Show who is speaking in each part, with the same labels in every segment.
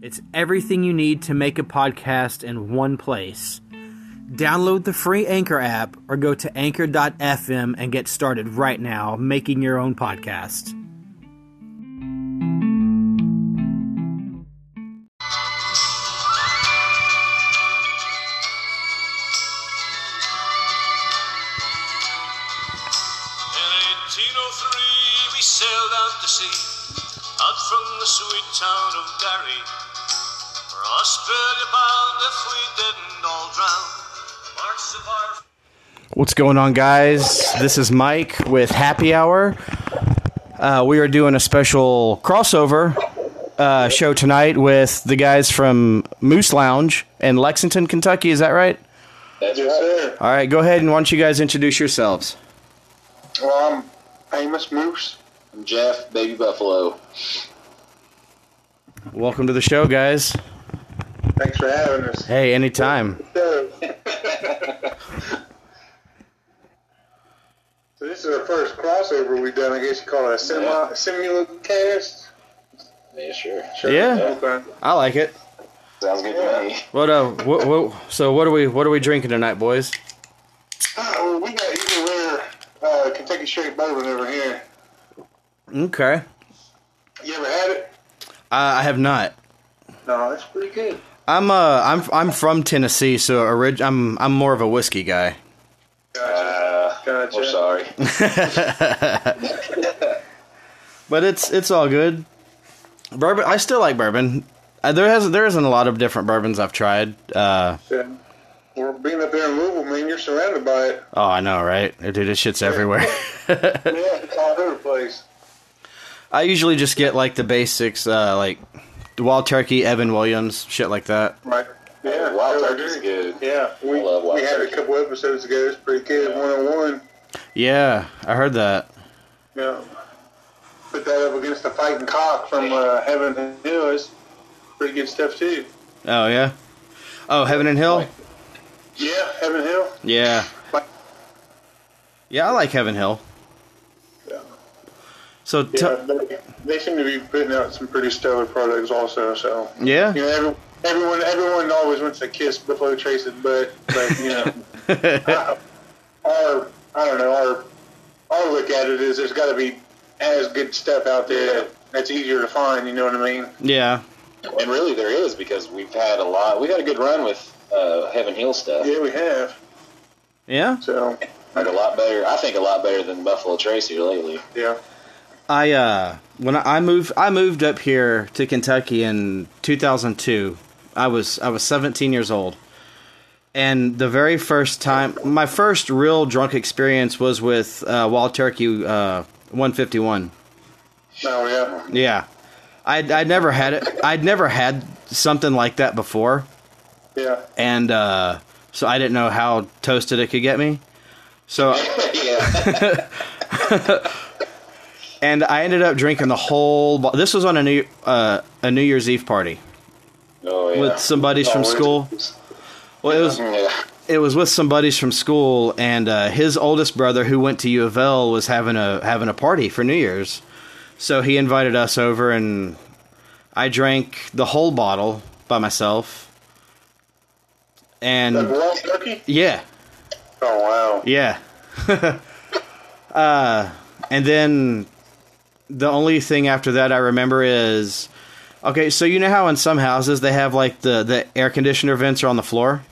Speaker 1: It's everything you need to make a podcast in one place. Download the free Anchor app or go to anchor.fm and get started right now making your own podcast.
Speaker 2: In 1803 we sailed out to sea, out from the sweet town of Derry. For Australia bound if we didn't all drown. Marks of our
Speaker 1: What's going on, guys? This is Mike with Happy Hour. Uh, we are doing a special crossover uh, show tonight with the guys from Moose Lounge in Lexington, Kentucky. Is that right?
Speaker 3: Yes, sir.
Speaker 1: All right, go ahead and why don't you guys introduce yourselves?
Speaker 3: Well, I'm Amos Moose.
Speaker 4: I'm Jeff, Baby Buffalo.
Speaker 1: Welcome to the show, guys.
Speaker 3: Thanks for having us.
Speaker 1: Hey, anytime.
Speaker 3: So, so this is our first crossover we've done. I guess you call it a semi
Speaker 4: Yeah.
Speaker 3: simulcast.
Speaker 4: Yeah, sure.
Speaker 3: Sure.
Speaker 1: Yeah.
Speaker 3: Okay.
Speaker 1: I like it.
Speaker 4: Sounds good to me.
Speaker 1: What uh, what, what, so what are we what are we drinking tonight, boys?
Speaker 3: Uh, well, we got either rare uh, Kentucky straight bourbon over here.
Speaker 1: Okay, uh,
Speaker 3: You ever had it?
Speaker 1: I have not.
Speaker 3: No, it's pretty good.
Speaker 1: I'm uh, I'm I'm from Tennessee, so orig- I'm I'm more of a whiskey guy.
Speaker 3: Gotcha.
Speaker 4: Uh,
Speaker 3: Gotcha.
Speaker 4: We're sorry.
Speaker 1: but it's it's all good. Bourbon, I still like bourbon. Uh, There has there isn't a lot of different bourbons I've tried. Uh,
Speaker 3: Yeah. Well, being up there in Louisville, man, you're surrounded by it.
Speaker 1: oh, I know, right? Dude, this shit's everywhere.
Speaker 3: yeah, it's all over the place.
Speaker 1: I usually just get like the basics, uh, like Wild Turkey, Evan Williams, shit like that.
Speaker 3: Right. Yeah,
Speaker 4: Wild
Speaker 3: I
Speaker 4: turkey's
Speaker 3: agree.
Speaker 4: good.
Speaker 3: Yeah, we,
Speaker 4: I love Wild
Speaker 3: we had it
Speaker 4: Turkey.
Speaker 3: a couple episodes ago. It's pretty good, one on one.
Speaker 1: Yeah, I heard that.
Speaker 3: Yeah. Put that up against the fighting cock from uh, Heaven Hill. It's pretty good stuff, too.
Speaker 1: Oh yeah. Oh, Heaven and Hill.
Speaker 3: Yeah, Heaven Hill.
Speaker 1: Yeah. Yeah, I like Heaven Hill.
Speaker 3: Yeah.
Speaker 1: So t-
Speaker 3: Yeah, they, they seem to be putting out some pretty stellar products also, so.
Speaker 1: yeah.
Speaker 3: You know, every, everyone everyone always wants to kiss Buffalo Trace's butt, but, you know. I- our, I don't know, our, our look at it is there's got to be as good stuff out there that's easier to find, you know what I mean?
Speaker 1: yeah.
Speaker 4: And really, there is because we've had a lot. We've had a good run with uh, Heaven Hill stuff.
Speaker 3: Yeah, we have.
Speaker 1: Yeah.
Speaker 3: So,
Speaker 4: Like a lot better. I think a lot better than Buffalo Tracy lately.
Speaker 3: yeah.
Speaker 1: I uh when I I moved I moved up here to Kentucky in 2002. I was I was 17 years old. And the very first time my first real drunk experience was with uh Wild Turkey uh 151.
Speaker 3: Oh, yeah.
Speaker 1: Yeah. I would I'd never had it. I'd never had something like that before.
Speaker 3: Yeah.
Speaker 1: and uh, so I didn't know how toasted it could get me. So,
Speaker 4: yeah.
Speaker 1: and I ended up drinking the whole. Bo- this was on a new uh, a New Year's Eve party
Speaker 4: Oh yeah.
Speaker 1: with some buddies from
Speaker 3: Oh, it-
Speaker 1: school. Well, it was
Speaker 4: yeah.
Speaker 1: it was with some buddies from school, and uh, his oldest brother, who went to U of L, was having a having a party for New Year's. So he invited us over, and I drank the whole bottle by myself.
Speaker 3: The
Speaker 1: And
Speaker 3: wild turkey?
Speaker 1: yeah,
Speaker 3: Oh wow!
Speaker 1: Yeah. uh, and then the only thing after that I remember is okay, so you know how in some houses they have like the, the air conditioner vents are on the floor?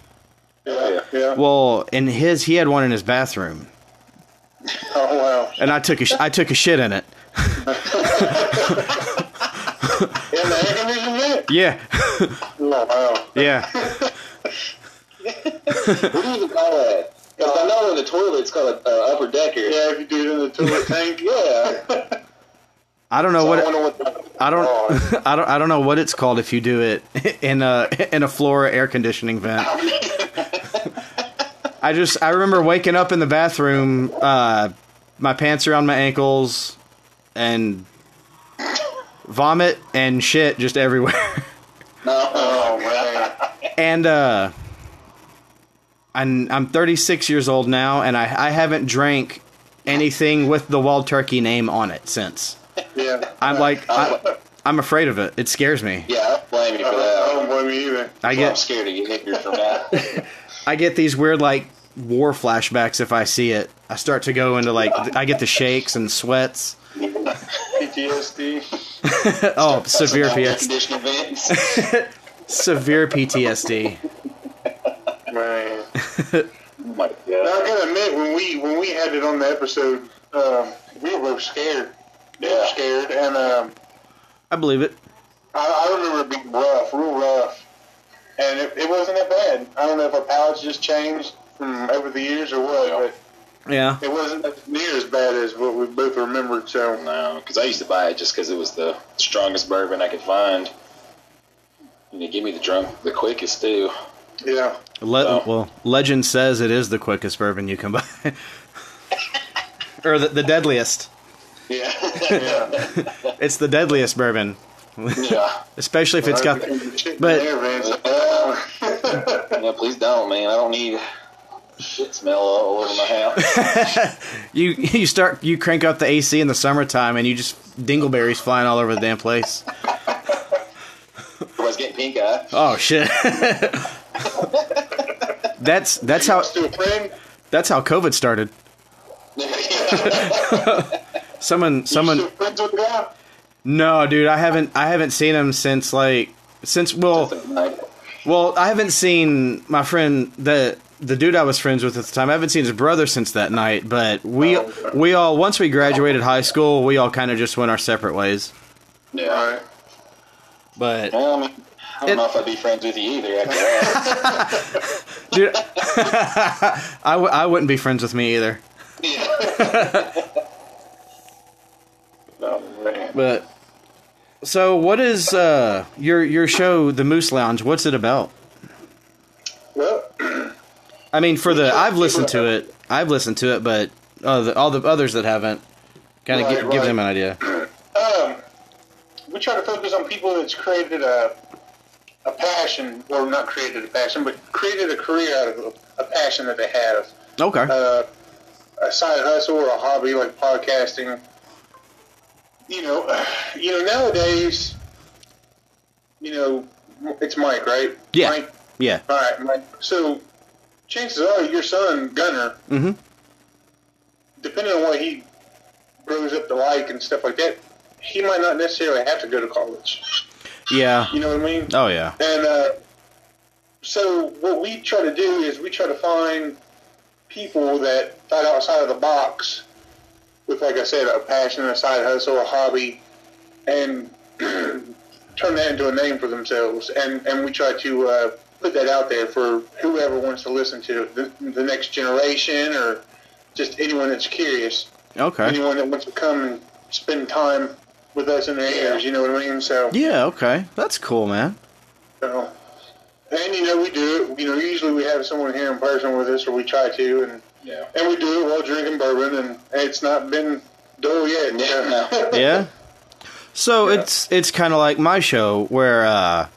Speaker 3: Yeah, yeah.
Speaker 1: Well, in his he had one in his bathroom.
Speaker 3: Oh wow!
Speaker 1: And I took a sh- I took a shit in it.
Speaker 3: And the air conditioning unit?
Speaker 1: Yeah.
Speaker 3: Oh wow!
Speaker 1: yeah.
Speaker 4: What do you even call that? Because I know in the toilet it's called an uh, upper decker.
Speaker 3: Yeah, if you do it in the toilet tank.
Speaker 4: Yeah.
Speaker 1: I don't know
Speaker 3: I
Speaker 1: what
Speaker 3: wonder what. The,
Speaker 1: I don't,
Speaker 3: Oh.
Speaker 1: I don't, I don't know what it's called if you do it in a in a Flora air conditioning vent. I just, I remember waking up in the bathroom, uh, my pants around my ankles, and vomit and shit just everywhere.
Speaker 3: Oh, man.
Speaker 1: and uh I'm, I'm 36 years old now and I, I haven't drank anything with the wild turkey name on it since
Speaker 3: Yeah.
Speaker 1: i'm like I, i'm afraid of it it scares me
Speaker 4: Yeah, I don't blame you for
Speaker 3: I don't,
Speaker 4: that.
Speaker 3: I don't blame you either.
Speaker 1: i
Speaker 4: Well, I'm
Speaker 1: get
Speaker 4: scared of you hickory from that.
Speaker 1: i get these weird like war flashbacks if i see it i start to go into like th- i get the shakes and sweats
Speaker 3: PTSD.
Speaker 1: oh severe PTSD.
Speaker 4: Conditioning vents. Oh
Speaker 1: severe ptsd
Speaker 3: Man.
Speaker 4: Oh my
Speaker 3: Now, I
Speaker 4: god.
Speaker 3: gotta admit, when we when we had it on the episode, um, we were scared. We were
Speaker 4: Yeah.
Speaker 3: scared, and um,
Speaker 1: i believe it
Speaker 3: I, I remember it being rough, real rough, and it, it wasn't that bad. I don't know if our palates just changed from over the years or what,
Speaker 1: Hmm. yeah
Speaker 3: but it wasn't near as bad as what we both remembered. So
Speaker 4: No, because I used to buy it just because it was the strongest bourbon I could find. And it gave me the drunk the quickest too.
Speaker 3: yeah,
Speaker 1: Le-
Speaker 4: Oh.
Speaker 1: Well, legend says it is the quickest bourbon you can buy, or the, the deadliest.
Speaker 4: Yeah.
Speaker 3: yeah,
Speaker 1: It's the deadliest bourbon,
Speaker 4: yeah.
Speaker 1: especially if it's got. but-
Speaker 3: but there, man. So,
Speaker 4: No, please don't, man. I don't need shit smell all over my house.
Speaker 1: You you start you crank up the AC in the summertime and you just dingleberries flying all over the damn place.
Speaker 4: Everybody's getting pink eye.
Speaker 1: Oh shit. that's that's how
Speaker 3: to a friend,
Speaker 1: that's how COVID started. Someone
Speaker 3: still
Speaker 1: someone
Speaker 3: friends with the guy.
Speaker 1: no dude I haven't I haven't seen him since like since well Well, I haven't seen my friend the the dude I was friends with at the time. I haven't seen his brother since that night. But we we all once we graduated high school, we all kind of just went our separate ways.
Speaker 4: yeah.
Speaker 3: Right.
Speaker 1: But
Speaker 4: Well, I, mean, I don't
Speaker 1: It-
Speaker 4: know if I'd be friends with you either after that.
Speaker 1: dude, I, w- I wouldn't be friends with me either.
Speaker 4: Oh, man.
Speaker 1: But so what is uh, your your show, The Moose Lounge? What's it about?
Speaker 3: Well,
Speaker 1: I mean, for the I've listened to it. I've listened to it, but uh, the, all the others that haven't, kind of
Speaker 3: Right,
Speaker 1: give
Speaker 3: right.
Speaker 1: them an idea.
Speaker 3: um, we try to focus on people that's created a a passion, or not created a passion, but created a career out of a, a passion that they have.
Speaker 1: Okay.
Speaker 3: uh, a side hustle or a hobby like podcasting. You know, you know nowadays, you know, it's Mike, right?
Speaker 1: Yeah.
Speaker 3: Mike,
Speaker 1: yeah.
Speaker 3: all right, Mike. So chances are your son Gunner,
Speaker 1: hmm
Speaker 3: depending on what he grows up to like and stuff like that, he might not necessarily have to go to college.
Speaker 1: Yeah.
Speaker 3: You know what I mean?
Speaker 1: Oh yeah.
Speaker 3: And uh, so what we try to do is we try to find people that thought outside of the box with, like I said, a passion, a side hustle, a hobby, and turn that into a name for themselves. And, and we try to uh, put that out there for whoever wants to listen to it, the, the next generation or just anyone that's curious,
Speaker 1: Okay.
Speaker 3: anyone that wants to come and spend time with us in their ears, you know what I mean? So.
Speaker 1: Yeah, okay. That's cool, man.
Speaker 3: So, and you know we do it. You know, usually we have someone here in person with us, or we try to, and
Speaker 4: Yeah.
Speaker 3: and we do it while drinking bourbon, and it's not been dull yet.
Speaker 4: Yeah,
Speaker 3: so.
Speaker 1: Yeah. So it's it's kind of like my show where uh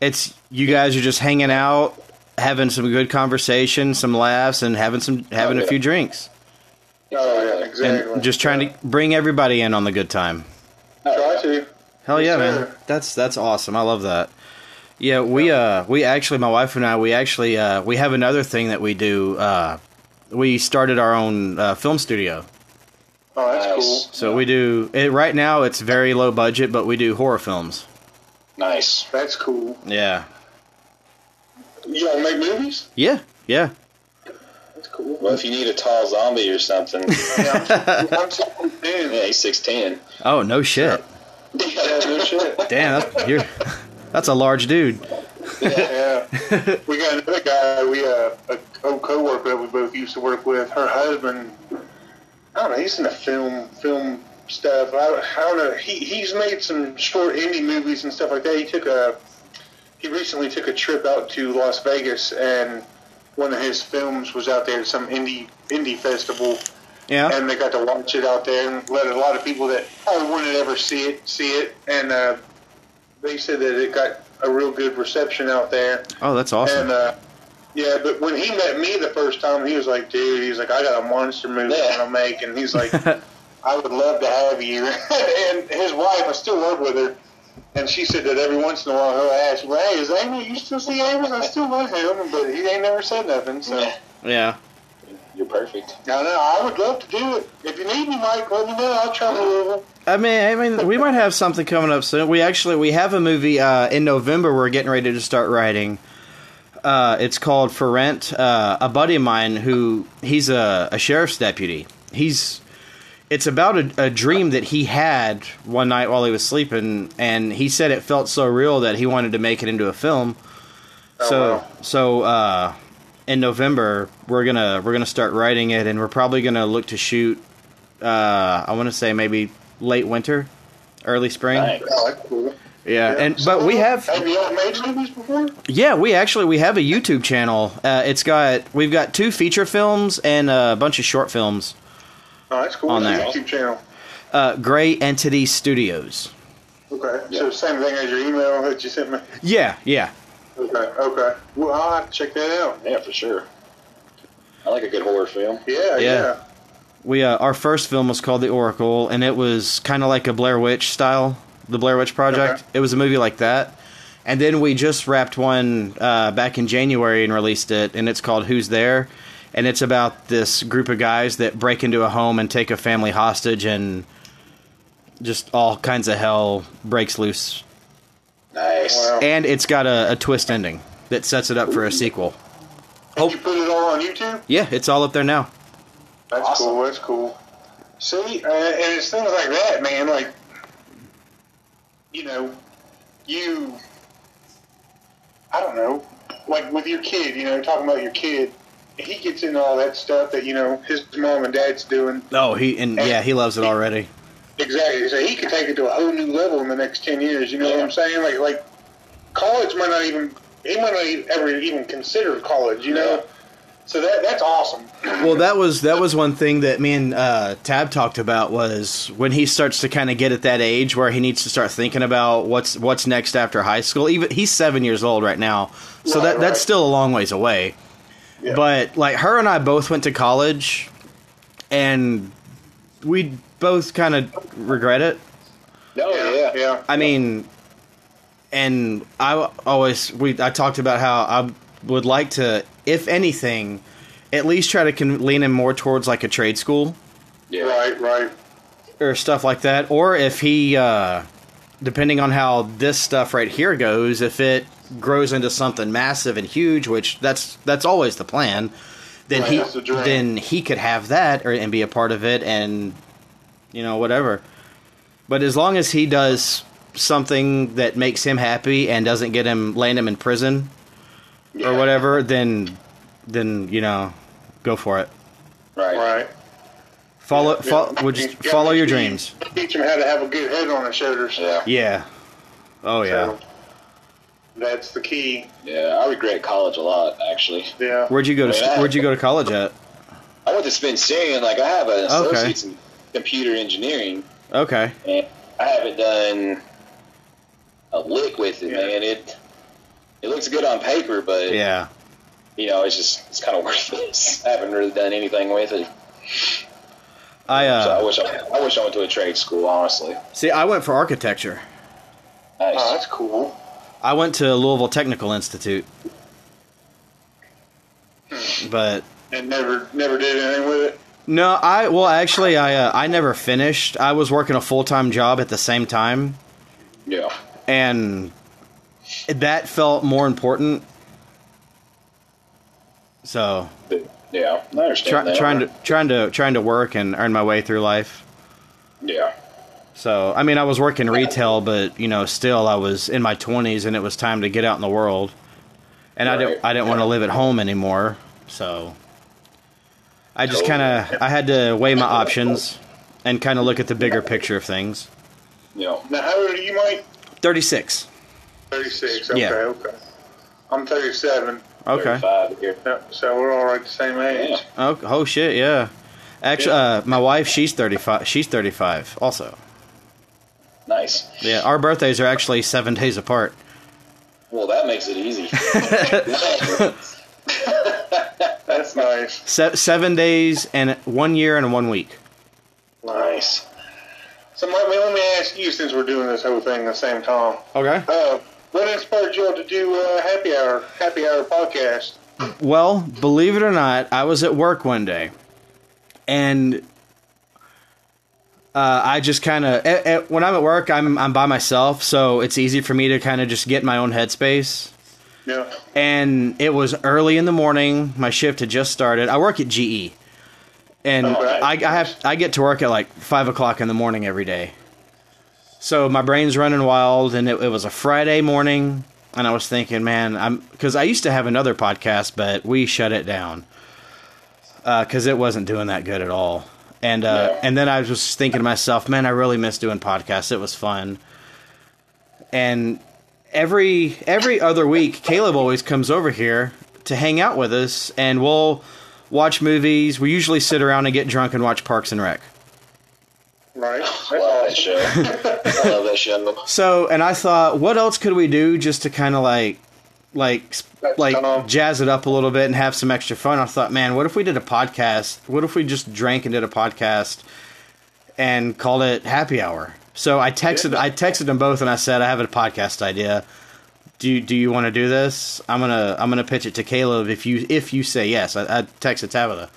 Speaker 1: it's you guys are just hanging out, having some good conversation, some laughs and having some having a
Speaker 4: yeah.
Speaker 1: few drinks
Speaker 3: oh yeah,
Speaker 1: and
Speaker 3: exactly.
Speaker 1: just trying to bring everybody in on the good time.
Speaker 3: try to.
Speaker 1: Hell yeah,
Speaker 3: Yes,
Speaker 1: man.
Speaker 3: sir.
Speaker 1: That's that's awesome. I love that. Yeah, we uh we actually my wife and I we actually uh we have another thing that we do uh we started our own uh, film studio.
Speaker 3: Oh, that's
Speaker 4: Nice.
Speaker 3: cool.
Speaker 1: So we do it right now. It's very low budget, but we do horror films.
Speaker 4: Nice.
Speaker 3: That's cool.
Speaker 1: Yeah,
Speaker 3: You all make movies?
Speaker 1: yeah, yeah.
Speaker 3: That's cool.
Speaker 4: Well, if you need a tall zombie or something,
Speaker 3: Yeah, I'm so
Speaker 4: yeah, he's six ten.
Speaker 1: Oh no shit!
Speaker 3: Yeah, no shit.
Speaker 1: Damn, that's, you're, that's a large dude.
Speaker 3: Yeah. we got another guy. We uh, a co- co-worker that we both used to work with. Her husband. I don't know. He's in the film film stuff. I, I don't know. He he's made some short indie movies and stuff like that. He took a he recently took a trip out to Las Vegas and one of his films was out there at some indie indie festival
Speaker 1: Yeah.
Speaker 3: and they got to watch it out there and let a lot of people that probably wouldn't ever see it see it and uh, they said that it got a real good reception out there
Speaker 1: oh, that's awesome.
Speaker 3: and uh, yeah but when he met me the first time he was like dude he's like I got a monster movie I'm gonna make and he's like I would love to have you and his wife I still work with her and she said that every once in a while he'll ask well, hey is Amy you still see Amos I still love him but he ain't never said nothing so
Speaker 1: yeah.
Speaker 4: You're perfect.
Speaker 3: no, no, I would love to do it. If you need me, Mike, let me know. I'll travel over.
Speaker 1: I mean, I mean, we might have something coming up soon. We actually we have a movie uh, in November. We're getting ready to start writing. Uh, it's called For Rent. Uh, a buddy of mine who he's a, a sheriff's deputy. He's it's about a, a dream that he had one night while he was sleeping, and he said it felt so real that he wanted to make it into a film. so
Speaker 3: wow.
Speaker 1: so uh, in November we're gonna we're gonna start writing it, and we're probably gonna look to shoot uh, I want to say maybe late winter, early spring.
Speaker 4: Nice.
Speaker 3: Oh, that's cool.
Speaker 1: Yeah, and but we have
Speaker 3: Have you all made movies before?
Speaker 1: yeah we actually we have a YouTube channel. Uh, it's got we've got two feature films and a bunch of short films.
Speaker 3: Oh, that's cool.
Speaker 1: On
Speaker 3: It's a
Speaker 1: there.
Speaker 3: YouTube channel.
Speaker 1: Uh, Gray Entity Studios.
Speaker 3: Okay.
Speaker 4: Yeah.
Speaker 3: So same thing as your email that you sent me.
Speaker 1: Yeah, yeah,
Speaker 3: Okay. Okay. Well, I'll have to check that out.
Speaker 4: Yeah, for sure. I like a good horror film.
Speaker 3: Yeah. Yeah.
Speaker 1: Yeah. we uh, our first film was called The Oracle, and it was kind of like a Blair Witch style, the Blair Witch Project.
Speaker 3: Okay.
Speaker 1: It was a movie like that, and then we just wrapped one uh, back in January and released it, and it's called Who's There, and it's about this group of guys that break into a home and take a family hostage, and just all kinds of hell breaks loose,
Speaker 4: Nice.
Speaker 3: Wow.
Speaker 1: and it's got a, a twist ending that sets it up for a sequel.
Speaker 3: Did you put it all on YouTube?
Speaker 1: Yeah, it's all up there now.
Speaker 3: That's
Speaker 4: Awesome.
Speaker 3: cool. That's cool. See, uh, and it's things like that, man. Like, you know, you, I don't know, like with your kid, you know, talking about your kid, he gets into all that stuff that, you know, his mom and dad's doing.
Speaker 1: Oh, he and yeah, he loves it already.
Speaker 3: Exactly. So he could take it to a whole new level in the next 10 years. You know what I'm saying? Like, like college might not even, he might not even, ever even consider college, you know? So that that's awesome.
Speaker 1: Well, that was that was one thing that me and uh, Tab talked about was when he starts to kind of get at that age where he needs to start thinking about what's what's next after high school. Even he's seven years old right now, so
Speaker 3: Right,
Speaker 1: that
Speaker 3: right.
Speaker 1: that's still a long ways away.
Speaker 3: Yeah.
Speaker 1: But like her and I both went to college, and we both kind of regret it.
Speaker 4: No, Oh, yeah.
Speaker 3: Yeah.
Speaker 1: I mean, and I always we I talked about how I would like to, if anything, at least try to con- lean in more towards like a trade school
Speaker 4: Yeah.
Speaker 3: Right, right.
Speaker 1: or stuff like that. Or if he, uh, depending on how this stuff right here goes, if it grows into something massive and huge, which that's that's always the plan, then
Speaker 3: Right, that's
Speaker 1: he
Speaker 3: the dream.
Speaker 1: then he could have that or and be a part of it and you know whatever. But as long as he does something that makes him happy and doesn't get him land him in prison or whatever, then then you know go for it.
Speaker 4: Right.
Speaker 3: Right.
Speaker 1: Follow,
Speaker 3: Yeah.
Speaker 1: fo- would just follow your dreams.
Speaker 3: Teach them how to have a good head on their shoulders.
Speaker 4: Yeah.
Speaker 1: Yeah. Oh yeah.
Speaker 3: So, that's the key.
Speaker 4: Yeah. I regret college a lot, actually.
Speaker 3: Yeah.
Speaker 1: Where'd you go to
Speaker 4: Yeah.
Speaker 1: Where'd you go to college at?
Speaker 4: I went to Spencer, and like I have an
Speaker 1: Okay.
Speaker 4: associate's in computer engineering,
Speaker 1: Okay.
Speaker 4: and I haven't done a lick with it,
Speaker 3: Yeah.
Speaker 4: man. It it looks good on paper, but
Speaker 1: Yeah.
Speaker 4: you know, it's just it's kind of worthless. I haven't really done anything with it.
Speaker 1: I
Speaker 4: So I
Speaker 1: uh,
Speaker 4: wish I, I wish I went to a trade school, honestly.
Speaker 1: see. I went for architecture.
Speaker 4: Nice.
Speaker 3: Oh, that's cool.
Speaker 1: I went to Louisville Technical Institute, but
Speaker 3: And never, never did anything with it.
Speaker 1: no. I well, actually, I uh, I never finished. I was working a full time job at the same time,
Speaker 4: Yeah.
Speaker 1: and that felt more important. So
Speaker 4: But, yeah. I understand.
Speaker 1: try,
Speaker 4: that.
Speaker 1: trying to trying to trying to work and earn my way through life.
Speaker 4: Yeah.
Speaker 1: So, I mean, I was working retail, but you know, still, I was in my twenties, and it was time to get out in the world, and I
Speaker 4: Right.
Speaker 1: didn't, I didn't want to live at home anymore. So, I just
Speaker 4: No.
Speaker 1: kind of, I had to weigh my options, and kind of look at the bigger picture of things.
Speaker 4: You know,
Speaker 3: Now, how old are you, Mike?
Speaker 1: 36.
Speaker 3: 36. Okay,
Speaker 1: Yeah.
Speaker 3: okay. I'm 37.
Speaker 1: Okay.
Speaker 4: 35 here.
Speaker 3: Yep, so we're all right the same
Speaker 4: Yeah.
Speaker 3: age.
Speaker 1: Oh, oh shit, yeah. Actually, uh, my wife, she's 35. She's 35 also.
Speaker 4: Nice.
Speaker 1: Yeah, our birthdays are actually seven days apart.
Speaker 4: Well, that makes it easy.
Speaker 3: That's nice.
Speaker 1: Se- seven days and one year and one week.
Speaker 4: nice.
Speaker 3: So, Mike, let me ask you, since we're doing this whole thing at the same time,
Speaker 1: Okay.
Speaker 3: uh, what inspired you all to do uh, Happy Hour, Happy Hour podcast?
Speaker 1: Well, believe it or not, I was at work one day, and uh, I just kind of when I'm at work, I'm I'm by myself, so it's easy for me to kind of just get in my own headspace.
Speaker 3: Yeah.
Speaker 1: And it was early in the morning. My shift had just started. I work at GE, and
Speaker 3: Okay.
Speaker 1: I, I have I get to work at like five o'clock in the morning every day. So my brain's running wild, and it, it was a Friday morning, and I was thinking, man, I'm because I used to have another podcast, but we shut it down because uh, it wasn't doing that good at all. And uh,
Speaker 4: Yeah.
Speaker 1: and then I was just thinking to myself, man, I really miss doing podcasts. It was fun. And every every other week, Caleb always comes over here to hang out with us, and we'll watch movies. We usually sit around and get drunk and watch Parks and Rec.
Speaker 3: Right. That's
Speaker 4: Love that
Speaker 3: awesome.
Speaker 4: show. I love that show.
Speaker 1: So, and I thought, what else could we do just to kind of like, like, s-
Speaker 3: That's
Speaker 1: like
Speaker 3: dumb.
Speaker 1: jazz it up a little bit and have some extra fun? I thought, man, what if we did a podcast? What if we just drank and did a podcast and called it Happy Hour? So I texted, I texted them both and I said, I have a podcast idea. Do you, do you want to do this? I'm gonna I'm gonna pitch it to Caleb if you if you say yes. I, I texted Tabitha,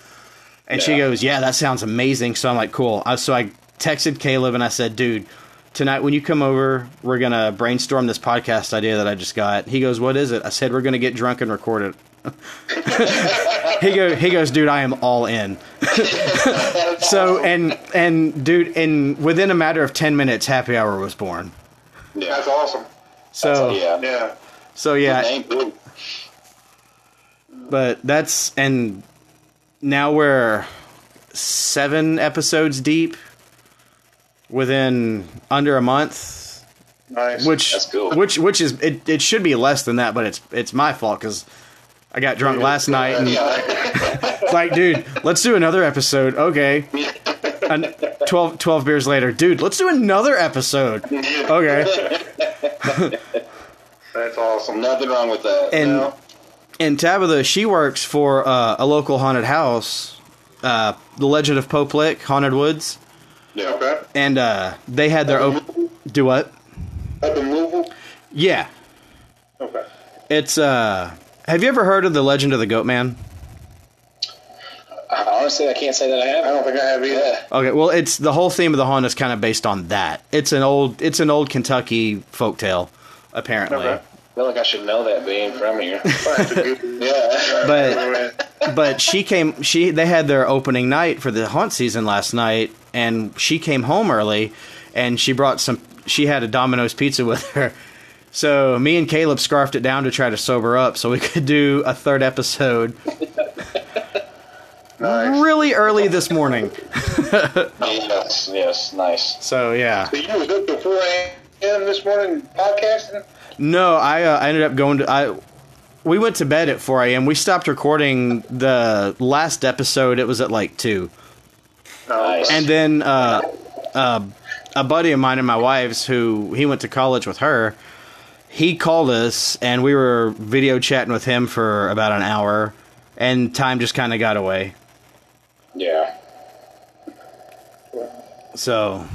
Speaker 1: and she
Speaker 4: Yeah.
Speaker 1: goes, "Yeah, that sounds amazing." So I'm like, "Cool." I, so I texted Caleb and I said, "Dude, tonight when you come over, we're gonna brainstorm this podcast idea that I just got." He goes, "What is it?" I said, "We're gonna get drunk and record it." he goes, he goes, dude, I am all in. so and and dude, and within a matter of ten minutes, Happy Hour was born.
Speaker 3: That's
Speaker 4: Yeah.
Speaker 3: awesome.
Speaker 1: So
Speaker 4: Yeah.
Speaker 3: Yeah.
Speaker 1: so yeah,
Speaker 4: Name, ooh,
Speaker 1: but that's and now we're seven episodes deep within under a month
Speaker 3: Nice.
Speaker 1: which
Speaker 4: That's cool.
Speaker 1: which which is it, it should be less than that but it's it's my fault because i got drunk last night and it's like dude let's do another episode okay An, 12, 12 beers later dude let's do another episode okay
Speaker 3: That's awesome.
Speaker 4: Nothing wrong with that.
Speaker 1: and
Speaker 4: No.
Speaker 1: and Tabitha, she works for uh, a local haunted house, uh, the Legend of Pope Lick, Haunted Woods,
Speaker 4: yeah.
Speaker 3: Okay.
Speaker 1: and uh, they had their open. Do what?
Speaker 3: Up in Louisville?
Speaker 1: Yeah,
Speaker 3: Okay.
Speaker 1: it's. Uh, have you ever heard of the Legend of the Goat Man?
Speaker 4: I- Uh, Honestly, I can't say that I
Speaker 3: I
Speaker 4: haven't.
Speaker 3: don't think I have either.
Speaker 4: Yeah.
Speaker 1: Okay, well, it's the whole theme of the haunt is kind of based on that. It's an old, it's an old Kentucky folktale, apparently.
Speaker 3: Okay.
Speaker 4: I feel like I should know that being from here.
Speaker 3: I'll have to Google it.
Speaker 4: yeah.
Speaker 1: But but she came she they had their opening night for the haunt season last night and she came home early and she brought some she had a domino's pizza with her so me and caleb scarfed it down to try to sober up so we could do a third episode
Speaker 3: Nice.
Speaker 1: really early this morning
Speaker 4: yes. Yes. Nice.
Speaker 1: so yeah
Speaker 3: So you was up till 4 a.m. this morning podcasting?
Speaker 1: no i, uh, I ended up going to i we went to bed at 4 a.m we stopped recording the last episode it was at like 2
Speaker 3: No.
Speaker 4: Nice.
Speaker 1: And then uh, uh, a buddy of mine and my wife's, who he went to college with her, he called us and we were video chatting with him for about an hour, and time just kind of got away.
Speaker 4: Yeah.
Speaker 1: So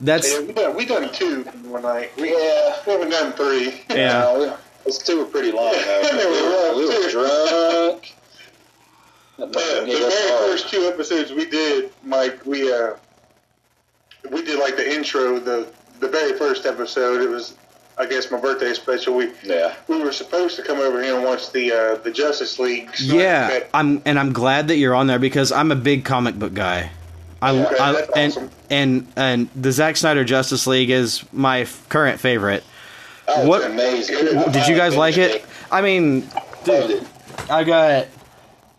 Speaker 1: that's
Speaker 3: Yeah, we done, we done two in one night. We,
Speaker 4: Yeah.
Speaker 3: we haven't done three.
Speaker 1: yeah.
Speaker 4: No, we- those two were pretty long.
Speaker 3: They were
Speaker 4: Though.
Speaker 3: long,
Speaker 4: we were
Speaker 3: too.
Speaker 4: drunk.
Speaker 3: Uh, the very first two episodes we did, Mike, we uh, we did like the intro, the the very first episode. It was, I guess, my birthday special. We
Speaker 4: Yeah.
Speaker 3: we were supposed to come over here and watch the uh, the Justice League. Snyder
Speaker 1: Yeah,
Speaker 3: Cut.
Speaker 1: I'm and I'm glad that you're on there because I'm a big comic book guy. I,
Speaker 3: Okay,
Speaker 1: I-
Speaker 3: that's
Speaker 1: and
Speaker 3: awesome.
Speaker 1: and and the Zack Snyder Justice League is my f- current favorite.
Speaker 3: Oh,
Speaker 4: That was
Speaker 1: What-
Speaker 4: amazing.
Speaker 1: Did you
Speaker 3: Uh,
Speaker 1: guys like it? I mean,
Speaker 4: Loved it.
Speaker 1: I got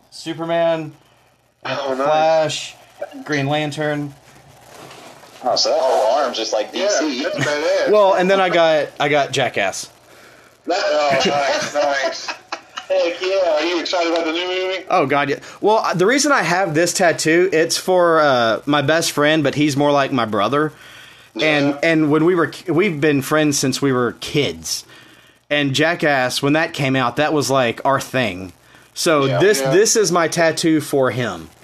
Speaker 1: Superman,
Speaker 3: Oh, nice.
Speaker 1: Flash, Green Lantern,
Speaker 4: Oh, so that whole arm's just like
Speaker 3: Yeah,
Speaker 4: DC.
Speaker 3: that's badass.
Speaker 1: Well, and then I got I got Jackass.
Speaker 3: oh, nice, nice. Heck yeah! Are you excited about the new movie?
Speaker 1: Oh God, yeah. Well, I- the reason I have this tattoo, it's for uh, my best friend, but he's more like my brother. And and when we were we've been friends since we were kids. And Jackass, when that came out, that was like our thing. So
Speaker 4: Yeah.
Speaker 1: this
Speaker 3: Yeah.
Speaker 1: this is my tattoo for him.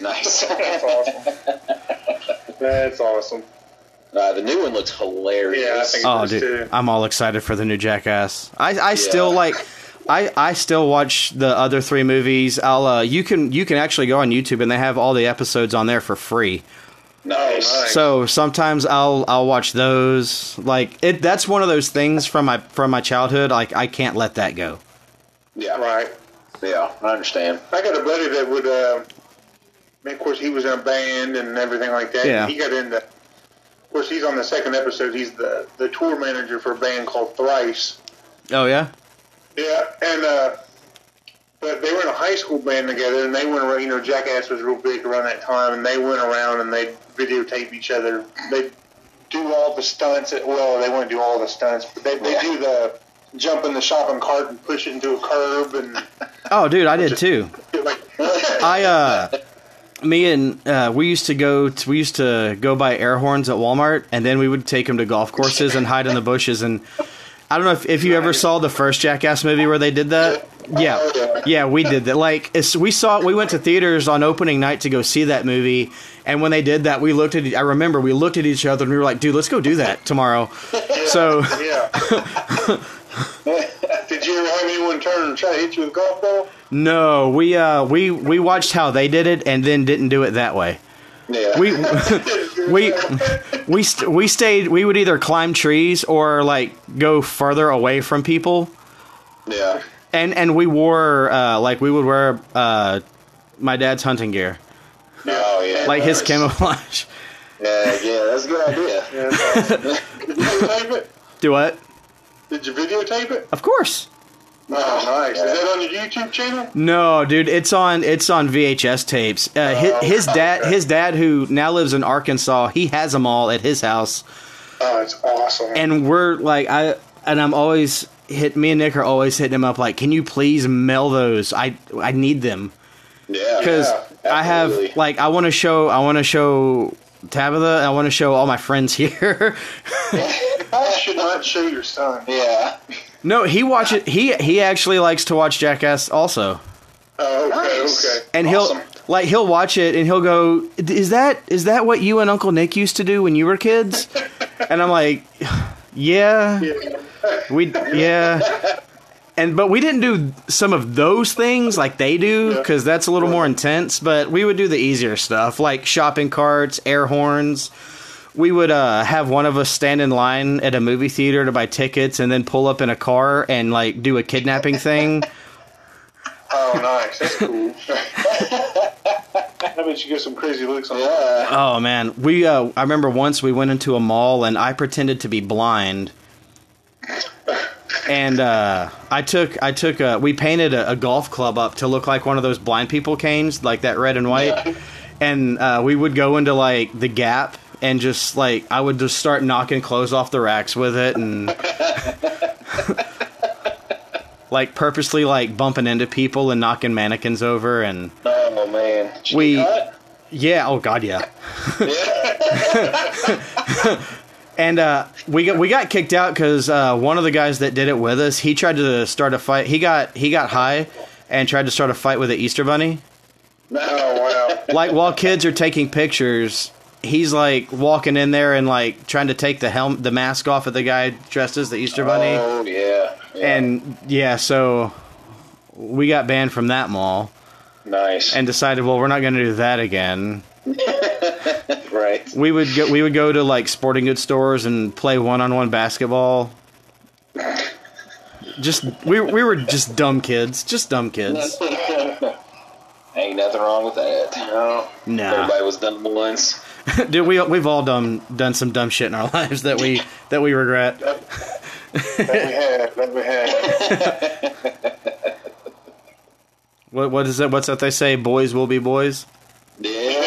Speaker 4: Nice.
Speaker 3: That's awesome. That's awesome.
Speaker 4: Uh, the new one looks hilarious.
Speaker 3: Yeah, I think-
Speaker 1: Oh
Speaker 3: Us
Speaker 1: dude,
Speaker 3: too.
Speaker 1: I'm all excited for the new Jackass. I, I still like I, I still watch the other three movies. I'll uh, you can you can actually go on YouTube and they have all the episodes on there for free.
Speaker 4: nice.
Speaker 3: Oh, nice.
Speaker 1: So sometimes I'll I'll watch those. Like it that's one of those things from my from my childhood. Like I can't let that go.
Speaker 4: Yeah,
Speaker 3: Right.
Speaker 4: yeah, I understand.
Speaker 3: I got a buddy that would. Uh, I mean, of course, he was in a band and everything like that.
Speaker 1: Yeah.
Speaker 3: He got into. Of course, he's on the second episode. He's the the tour manager for a band called Thrice.
Speaker 1: Oh yeah?
Speaker 3: Yeah, and uh, but they were in a high school band together, and they went around. You know, Jackass was real big around that time, and they went around and they videotape each other. They do all the stunts. At, well, they wouldn't do all the stunts, but they, they do the jump in the shopping cart and push it into a curb and
Speaker 1: Oh dude, I did too.
Speaker 3: like.
Speaker 1: I uh me and uh, we used to go to, we used to go buy air horns at Walmart and then we would take them to golf courses and hide in the bushes and I don't know if, if you ever saw the first Jackass movie where they did that. Yeah. Yeah, we did that. Like it's, we saw we went to theaters on opening night to go see that movie and when they did that we looked at e, I remember we looked at each other and we were like, dude, let's go do that tomorrow. So
Speaker 3: Yeah. Did you ever have anyone turn and try to hit you with a golf ball?
Speaker 1: no, we uh we we watched how they did it and then didn't do it that way.
Speaker 4: Yeah.
Speaker 1: We we we st- we stayed we would either climb trees or like go further away from people
Speaker 4: yeah.
Speaker 1: and and we wore uh like we would wear uh my dad's hunting gear
Speaker 4: Oh yeah.
Speaker 1: like his
Speaker 4: nice.
Speaker 1: camouflage
Speaker 4: Yeah, yeah, that's a good idea.
Speaker 3: Yeah, that's awesome. Did you videotape it?
Speaker 1: do what
Speaker 3: Did you videotape it?
Speaker 1: of course
Speaker 3: Oh, nice. Is that on your YouTube channel?
Speaker 1: no dude it's on it's on vhs tapes uh his, his dad his dad who now lives in arkansas he has them all at his house
Speaker 3: Oh, it's awesome.
Speaker 1: and we're like I and I'm always hit me and Nick are always hitting him up like can you please mail those I I need them
Speaker 4: Yeah.
Speaker 1: because I
Speaker 4: absolutely.
Speaker 1: have like I want to show I want to show Tabitha I want to show all my friends here
Speaker 3: I should not show your son.
Speaker 4: Yeah.
Speaker 1: no he watches he he actually likes to watch Jackass also
Speaker 3: Oh, okay,
Speaker 4: Nice.
Speaker 3: okay.
Speaker 1: and
Speaker 4: Awesome.
Speaker 1: he'll like he'll watch it and he'll go is that is that what you and Uncle Nick used to do when you were kids and I'm like yeah We yeah. And but we didn't do some of those things like they do because that's a little more intense. But we would do the easier stuff like shopping carts, air horns. We would uh, have one of us stand in line at a movie theater to buy tickets and then pull up in a car and like do a kidnapping thing.
Speaker 3: Oh, nice. That's cool. I bet you get some crazy looks on that.
Speaker 1: Oh man, we uh, I remember once we went into a mall and I pretended to be blind. And uh, I took I took uh, we painted a, a golf club up to look like one of those blind people canes, like that red and white. And uh, we would go into like the gap and just like I would just start knocking clothes off the racks with it and like purposely like bumping into people and knocking mannequins over and
Speaker 4: Oh man. Did you
Speaker 1: We-
Speaker 4: get caught?
Speaker 1: yeah. Oh God. Yeah. and uh, we got we got kicked out because uh, one of the guys that did it with us, he tried to start a fight. He got he got high and tried to start a fight with the Easter bunny.
Speaker 3: Oh, wow.
Speaker 1: Like while kids are taking pictures, he's like walking in there and like trying to take the helm the mask off of the guy dressed as the Easter bunny.
Speaker 4: Oh yeah. yeah.
Speaker 1: And yeah, so we got banned from that mall
Speaker 4: nice.
Speaker 1: and decided, well, we're not going to do that again.
Speaker 4: right.
Speaker 1: we would go we would go to like sporting goods stores and play one-on-one basketball just we, we were just dumb kids just dumb kids
Speaker 4: Ain't nothing wrong with that. No.
Speaker 1: nah
Speaker 4: Everybody was done once.
Speaker 1: dude we, we've all done done some dumb shit in our lives that we that we regret
Speaker 3: That we had. That we had.
Speaker 1: what, what is that what's that they say boys will be boys
Speaker 4: Yeah.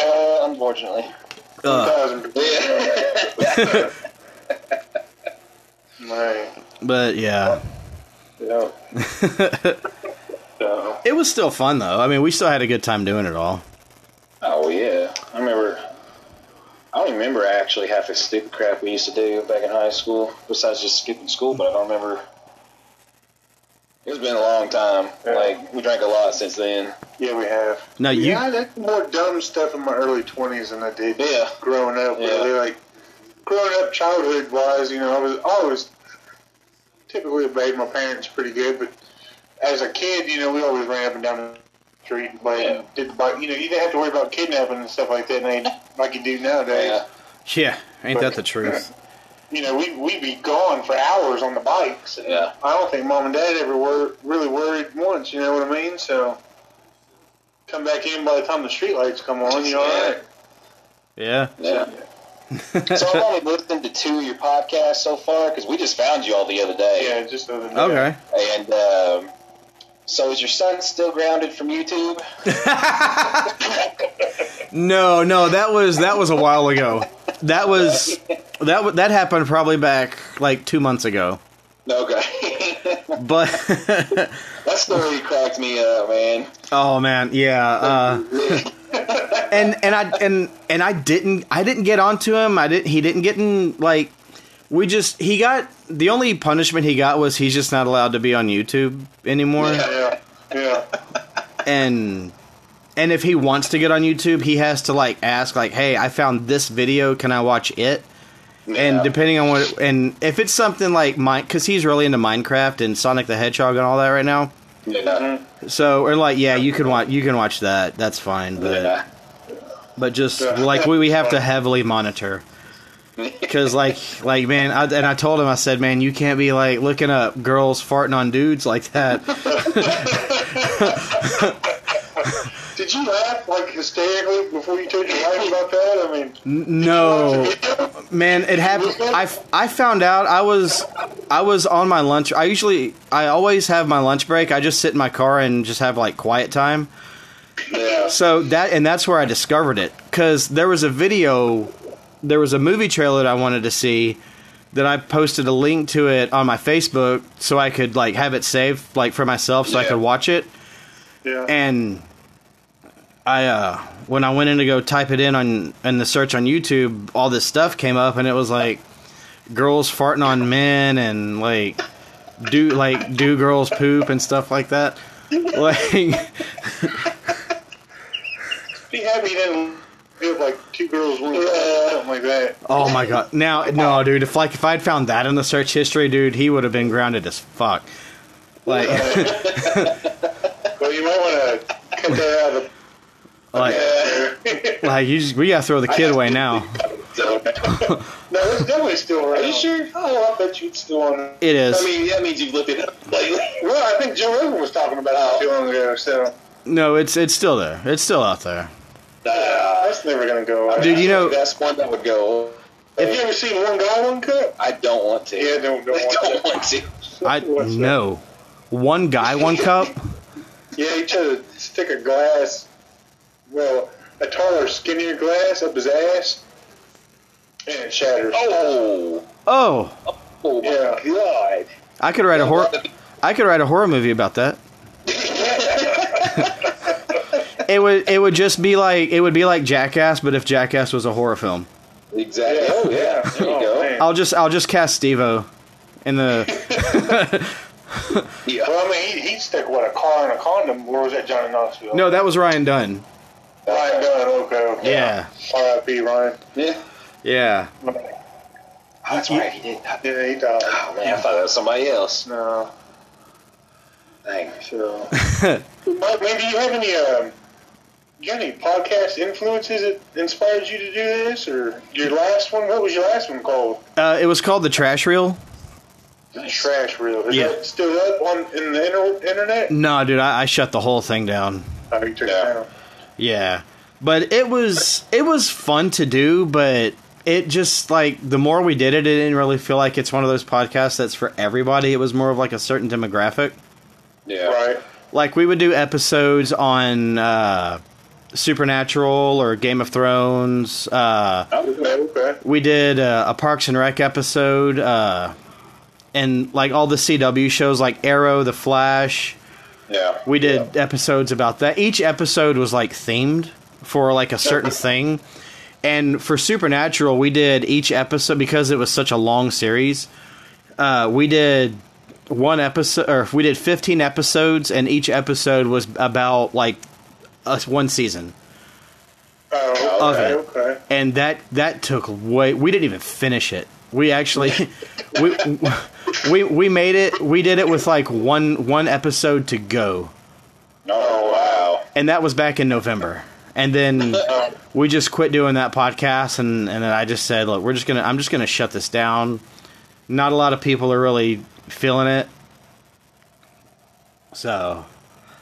Speaker 4: Unfortunately.
Speaker 1: Uh.
Speaker 3: 2000.
Speaker 4: Yeah.
Speaker 3: Right.
Speaker 1: But yeah,
Speaker 4: yeah.
Speaker 3: So,
Speaker 1: it was still fun though. I mean, we still had a good time doing it all.
Speaker 4: Oh yeah, I remember. I don't remember actually half the stupid crap we used to do back in high school, besides just skipping school. But I don't remember. It's been a long time.
Speaker 3: Yeah.
Speaker 4: Like we drank a lot since then.
Speaker 3: yeah, we have.
Speaker 1: No, you.
Speaker 3: yeah, I did more dumb stuff in my early 20s than I did
Speaker 4: Yeah.
Speaker 3: growing up.
Speaker 4: Yeah.
Speaker 3: Really, like, growing up childhood wise, you know, I was always typically obeyed my parents pretty good, but as a kid, you know, we always ran up and down the street and played and did, but, you know, you didn't have to worry about kidnapping and stuff like that and like you do nowadays.
Speaker 4: Yeah.
Speaker 1: Yeah, ain't that the truth?
Speaker 3: you know, we we'd be gone for hours on the bikes. And
Speaker 4: Yeah.
Speaker 3: I don't think mom and dad ever were really worried once. You know what I mean? So come back in by the time the streetlights come on. You're all right.
Speaker 1: Yeah.
Speaker 4: Yeah. so I've only listened to two of your podcasts so far because we just found you all the other day.
Speaker 3: Yeah, just the other day.
Speaker 1: Okay.
Speaker 4: And um, so is your son still grounded from YouTube?
Speaker 1: No, no, that was that was a while ago. That was that wa- that happened probably back like two months ago.
Speaker 4: Okay.
Speaker 1: But
Speaker 4: that story cracked me up, man.
Speaker 1: oh man, yeah. Uh, and and I and and I didn't I didn't get onto him. I didn't. He didn't get in. Like we just he got the only punishment he got was he's just not allowed to be on YouTube anymore.
Speaker 3: Yeah, yeah,
Speaker 1: and and if he wants to get on YouTube, he has to like ask like, "Hey, I found this video. Can I watch it?" And
Speaker 4: Yeah.
Speaker 1: depending on what, and if it's something like mine, because he's really into Minecraft and Sonic the Hedgehog and all that right now.
Speaker 4: Yeah.
Speaker 3: Mm-hmm.
Speaker 1: So or like, yeah, you can watch you can watch that. That's fine, but
Speaker 4: Yeah.
Speaker 1: but just
Speaker 3: Yeah.
Speaker 1: like we, we have to heavily monitor because like like man, I, and I told him I said, man, you can't be like looking up girls farting on dudes like that.
Speaker 3: Did you laugh like hysterically before you told your wife about that? I mean,
Speaker 1: no. Man, it happened. I, I found out I was I was on my lunch. I usually I always have my lunch break. I just sit in my car and just have like quiet time.
Speaker 4: Yeah.
Speaker 1: So that and that's where I discovered it because there was a video, there was a movie trailer that I wanted to see, that I posted a link to it on my Facebook so I could like have it saved like for myself so I
Speaker 4: Yeah.
Speaker 1: could watch it
Speaker 3: yeah,
Speaker 1: and I uh when I went in to go type it in on in the search on YouTube, all this stuff came up and it was like girls farting on men and like do like do girls poop and stuff like that. Like
Speaker 3: be happy you didn't live like two girls, one girl, or something like that.
Speaker 1: oh my god. Now no dude, if like if I'd found that in the search history, dude, he would have been grounded as fuck. Like
Speaker 3: But you might want to cut that out of the
Speaker 1: like like you just, we gotta throw the kid away now.
Speaker 4: So
Speaker 3: No, it's definitely still around. Are
Speaker 4: you sure?
Speaker 3: Oh, I bet you it's still on.
Speaker 1: It is.
Speaker 4: I mean, that means you've looked it up lately.
Speaker 3: Well, I think Joe Rogan was talking about it not too long ago, so
Speaker 1: no, it's it's still there. It's still out there.
Speaker 4: Nah.
Speaker 3: that's never going to go away.
Speaker 1: Dude, you know-
Speaker 4: that's one that would go.
Speaker 3: Have you ever seen One Guy, One Cup?
Speaker 4: I don't want to.
Speaker 3: Yeah, don't, don't
Speaker 4: I
Speaker 3: watch
Speaker 4: don't
Speaker 3: it.
Speaker 4: want to.
Speaker 1: I
Speaker 3: What's that?
Speaker 1: no. One guy, one cup.
Speaker 3: Yeah, he tried to stick a glass, well, a taller, skinnier glass up his ass, and it shatters.
Speaker 4: Oh,
Speaker 1: Oh,
Speaker 4: oh my
Speaker 3: Yeah.
Speaker 4: god.
Speaker 1: I could write a horror. I could write a horror movie about that. it would. It would just be like. It would be like Jackass, but if Jackass was a horror film,
Speaker 4: Exactly. Oh yeah. There you
Speaker 3: Oh,
Speaker 4: go.
Speaker 3: man.
Speaker 1: I'll just. I'll just cast Stevo, in the.
Speaker 4: Yeah.
Speaker 3: Well, I mean, he, he'd stick, what, a car and a condom, or was that Johnny Knoxville?
Speaker 1: No, that was Ryan Dunn.
Speaker 3: Ryan Dunn, okay, okay.
Speaker 1: Yeah.
Speaker 3: R.I.P. Ryan.
Speaker 4: Yeah.
Speaker 1: Yeah.
Speaker 4: Oh, that's right. He did. that.
Speaker 3: Yeah, he died.
Speaker 4: Oh man, I thought that was somebody else.
Speaker 3: No.
Speaker 4: Dang.
Speaker 3: So, Mike, man, do you have any um, do you have any podcast influences that inspired you to do this, or your last one? What was your last one called?
Speaker 1: Uh, it was called the Trash Reel.
Speaker 3: Trash Reel. Is
Speaker 1: Yeah.
Speaker 3: that still up on in the inter- internet?
Speaker 1: No, dude, I, I shut the whole thing down.
Speaker 3: Oh, you took it
Speaker 4: Yeah.
Speaker 3: down.
Speaker 1: Yeah, but it was it was fun to do, but it just like the more we did it, it didn't really feel like it's one of those podcasts that's for everybody. It was more of like a certain demographic.
Speaker 4: Yeah.
Speaker 3: Right.
Speaker 1: Like we would do episodes on uh, Supernatural or Game of Thrones. Uh,
Speaker 3: Okay, okay.
Speaker 1: we did uh, a Parks and Rec episode, uh, and like all the CW shows, like Arrow, The Flash.
Speaker 4: Yeah.
Speaker 1: We did episodes about that. Each episode was like themed for like a certain thing. And for Supernatural, we did each episode because it was such a long series. Uh, we did one episode, or we did 15 episodes, and each episode was about like us one season.
Speaker 3: Oh, okay,
Speaker 1: Of
Speaker 3: okay.
Speaker 1: And that that took way. We didn't even finish it. We actually, we, we we made it. We did it with like one one episode to go.
Speaker 4: Oh wow.
Speaker 1: and that was back in November. And then we just quit doing that podcast, and and then I just said, look, we're just gonna, I'm just gonna shut this down. Not a lot of people are really feeling it, so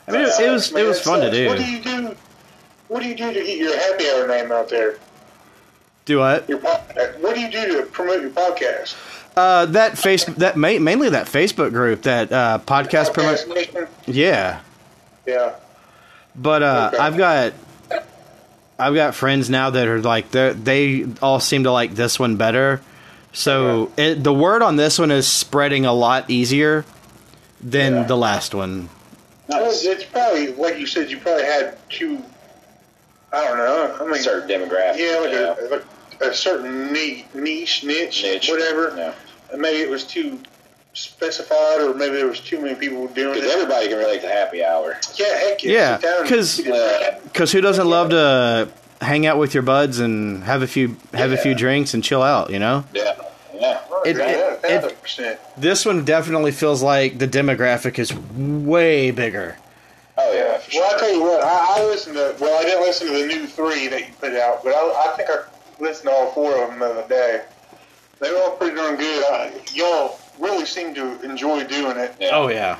Speaker 1: I mean, it, it was it
Speaker 3: Man,
Speaker 1: was
Speaker 3: that
Speaker 1: fun to
Speaker 3: sucks. What do
Speaker 1: do.
Speaker 3: you do? What do you do to get your happy hour name out there?
Speaker 1: Do what?
Speaker 3: Your po- what do you do to promote your podcast?
Speaker 1: Uh, that face that ma- mainly that Facebook group that uh, podcast promote.
Speaker 3: Podcast Nation?
Speaker 1: Yeah,
Speaker 3: Yeah.
Speaker 1: But uh,
Speaker 3: Okay.
Speaker 1: I've got I've got friends now that are like they they all seem to like this one better. So it, the word on this one is spreading a lot easier than
Speaker 3: Yeah.
Speaker 1: the last one.
Speaker 3: Well,
Speaker 4: Not
Speaker 3: it's probably like you said. You probably had two. I don't know. I
Speaker 4: a
Speaker 3: mean,
Speaker 4: certain demographic.
Speaker 3: yeah, like A, like a certain ni- niche, niche,
Speaker 4: Niche.
Speaker 3: whatever.
Speaker 4: Yeah.
Speaker 3: And maybe it was too specified, or maybe there was too many people doing it.
Speaker 4: Because everybody can relate to happy hour.
Speaker 3: yeah, heck
Speaker 1: Yeah,
Speaker 3: sit down and
Speaker 1: 'cause-
Speaker 3: eat it.
Speaker 1: Because who doesn't love to hang out with your buds and have a few have a few
Speaker 4: Yeah.
Speaker 1: drinks and chill out? You know,
Speaker 4: Yeah. Yeah.
Speaker 1: it-
Speaker 3: Yeah,
Speaker 1: it- it-
Speaker 3: 100%.
Speaker 1: this one definitely feels like the demographic is way bigger.
Speaker 4: Oh yeah. For
Speaker 3: Well, I
Speaker 4: sure.
Speaker 3: tell you what, I, I listened to. Well, I didn't listen to the new three that you put out, but I, I think I listened to all four of them the other day. They were all pretty darn good. I, y'all really seem to enjoy doing it.
Speaker 4: Yeah.
Speaker 1: Oh yeah,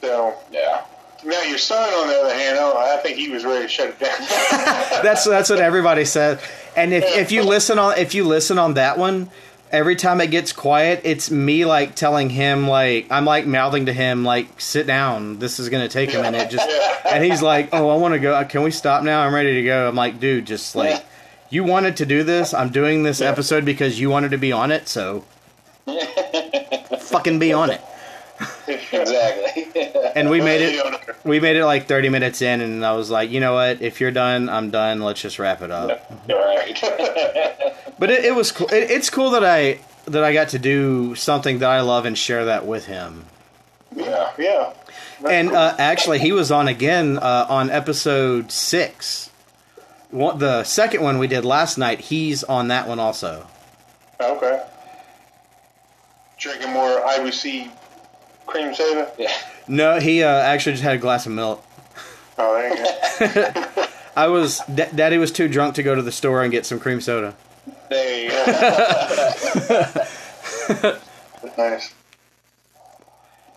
Speaker 3: So
Speaker 4: Yeah.
Speaker 3: now your son, on the other hand, oh, I, I think he was ready to shut it down.
Speaker 1: That's that's what everybody says. And if, if you listen on if you listen on that one, every time it gets quiet, it's me like telling him like I'm like mouthing to him like sit down. This is gonna take a minute. Just and he's like, oh, I want to go. Can we stop now? I'm ready to go. I'm like, dude, just like you wanted to do this. I'm doing this episode because you wanted to be on it. So fucking be on it.
Speaker 4: Exactly.
Speaker 1: And we made it.
Speaker 3: it.
Speaker 1: We made it like 30 minutes in, and I was like, you know what? If you're done, I'm done. Let's just wrap it up.
Speaker 4: right.
Speaker 1: But it, it was cool. It, it's cool that I that I got to do something that I love and share that with him.
Speaker 4: yeah.
Speaker 3: Yeah.
Speaker 1: And uh, actually, he was on again uh, on episode six. One, the second one we did last night. He's on that one also.
Speaker 3: Okay. Drinking more IBC cream soda.
Speaker 4: Yeah.
Speaker 1: No, he uh, actually just had a glass of milk.
Speaker 3: Oh, there you go.
Speaker 1: I was da- daddy was too drunk to go to the store and get some cream soda.
Speaker 3: There you go. nice.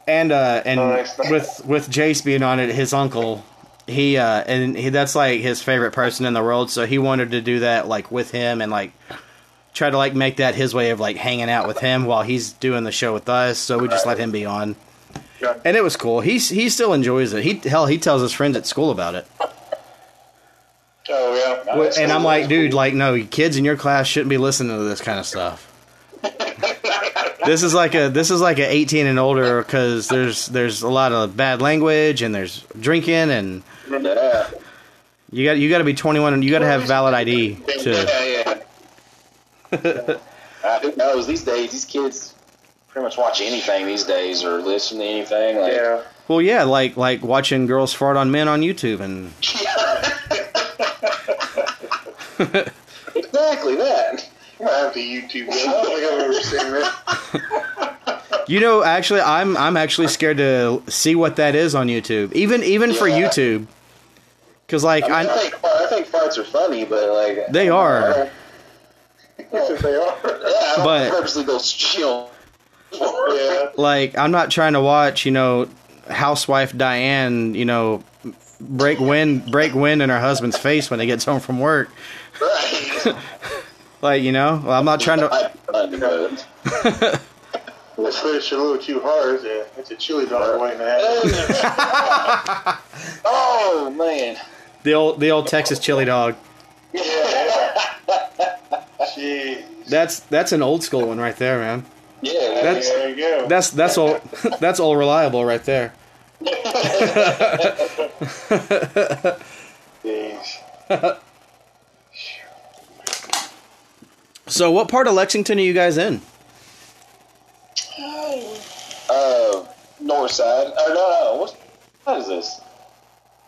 Speaker 1: And uh, and
Speaker 3: Nice.
Speaker 1: with with Jace being on it, his uncle. He uh and he that's like his favorite person in the world, so he wanted to do that like with him and like try to like make that his way of like hanging out with him while he's doing the show with us. So we just let him be on,
Speaker 3: Yeah.
Speaker 1: and it was cool. He he still enjoys it. He hell he tells his friends at school about it,
Speaker 3: Oh yeah.
Speaker 4: Nice.
Speaker 1: and I'm like, dude, like no, kids in your class shouldn't be listening to this kind of stuff. this is like a this is like a 18 and older because there's there's a lot of bad language and there's drinking and
Speaker 4: Yeah.
Speaker 1: you got you got to be 21 and you got to have valid ID to.
Speaker 4: Yeah, yeah. uh, who knows? These days, these kids pretty much watch anything these days or listen to anything. Like,
Speaker 3: Yeah.
Speaker 1: Well, yeah, like like watching girls fart on men on YouTube and
Speaker 4: Exactly that.
Speaker 3: I'm gonna have to YouTube that. I don't think I've ever seen that.
Speaker 1: You know, actually, I'm I'm actually scared to see what that is on YouTube. Even even for
Speaker 4: Yeah.
Speaker 1: YouTube, because like
Speaker 4: I, mean, I,
Speaker 1: I
Speaker 4: think I think farts are funny, but like
Speaker 1: They are.
Speaker 4: I don't-
Speaker 3: Yes, they are.
Speaker 4: yeah, I don't
Speaker 1: But-
Speaker 4: purposely go chill.
Speaker 3: Yeah.
Speaker 1: like I'm not trying to watch you know housewife Diane you know break wind break wind in her husband's face when he gets home from work.
Speaker 4: Right.
Speaker 1: Like you know, well, I'm not trying to.
Speaker 4: Not funny, but-
Speaker 3: Let's push it a little too hard. It's a, it's a chili dog waiting to happen.
Speaker 4: oh man,
Speaker 1: The old the old Texas chili dog.
Speaker 3: Jeez.
Speaker 1: That's that's an old school one right there, man.
Speaker 4: Yeah, man.
Speaker 1: That's-
Speaker 3: There you go.
Speaker 1: That's that's all that's all reliable right there.
Speaker 3: Jeez.
Speaker 1: So what part of Lexington are you guys in?
Speaker 4: uh, north side. Or no, no, what's, what is this?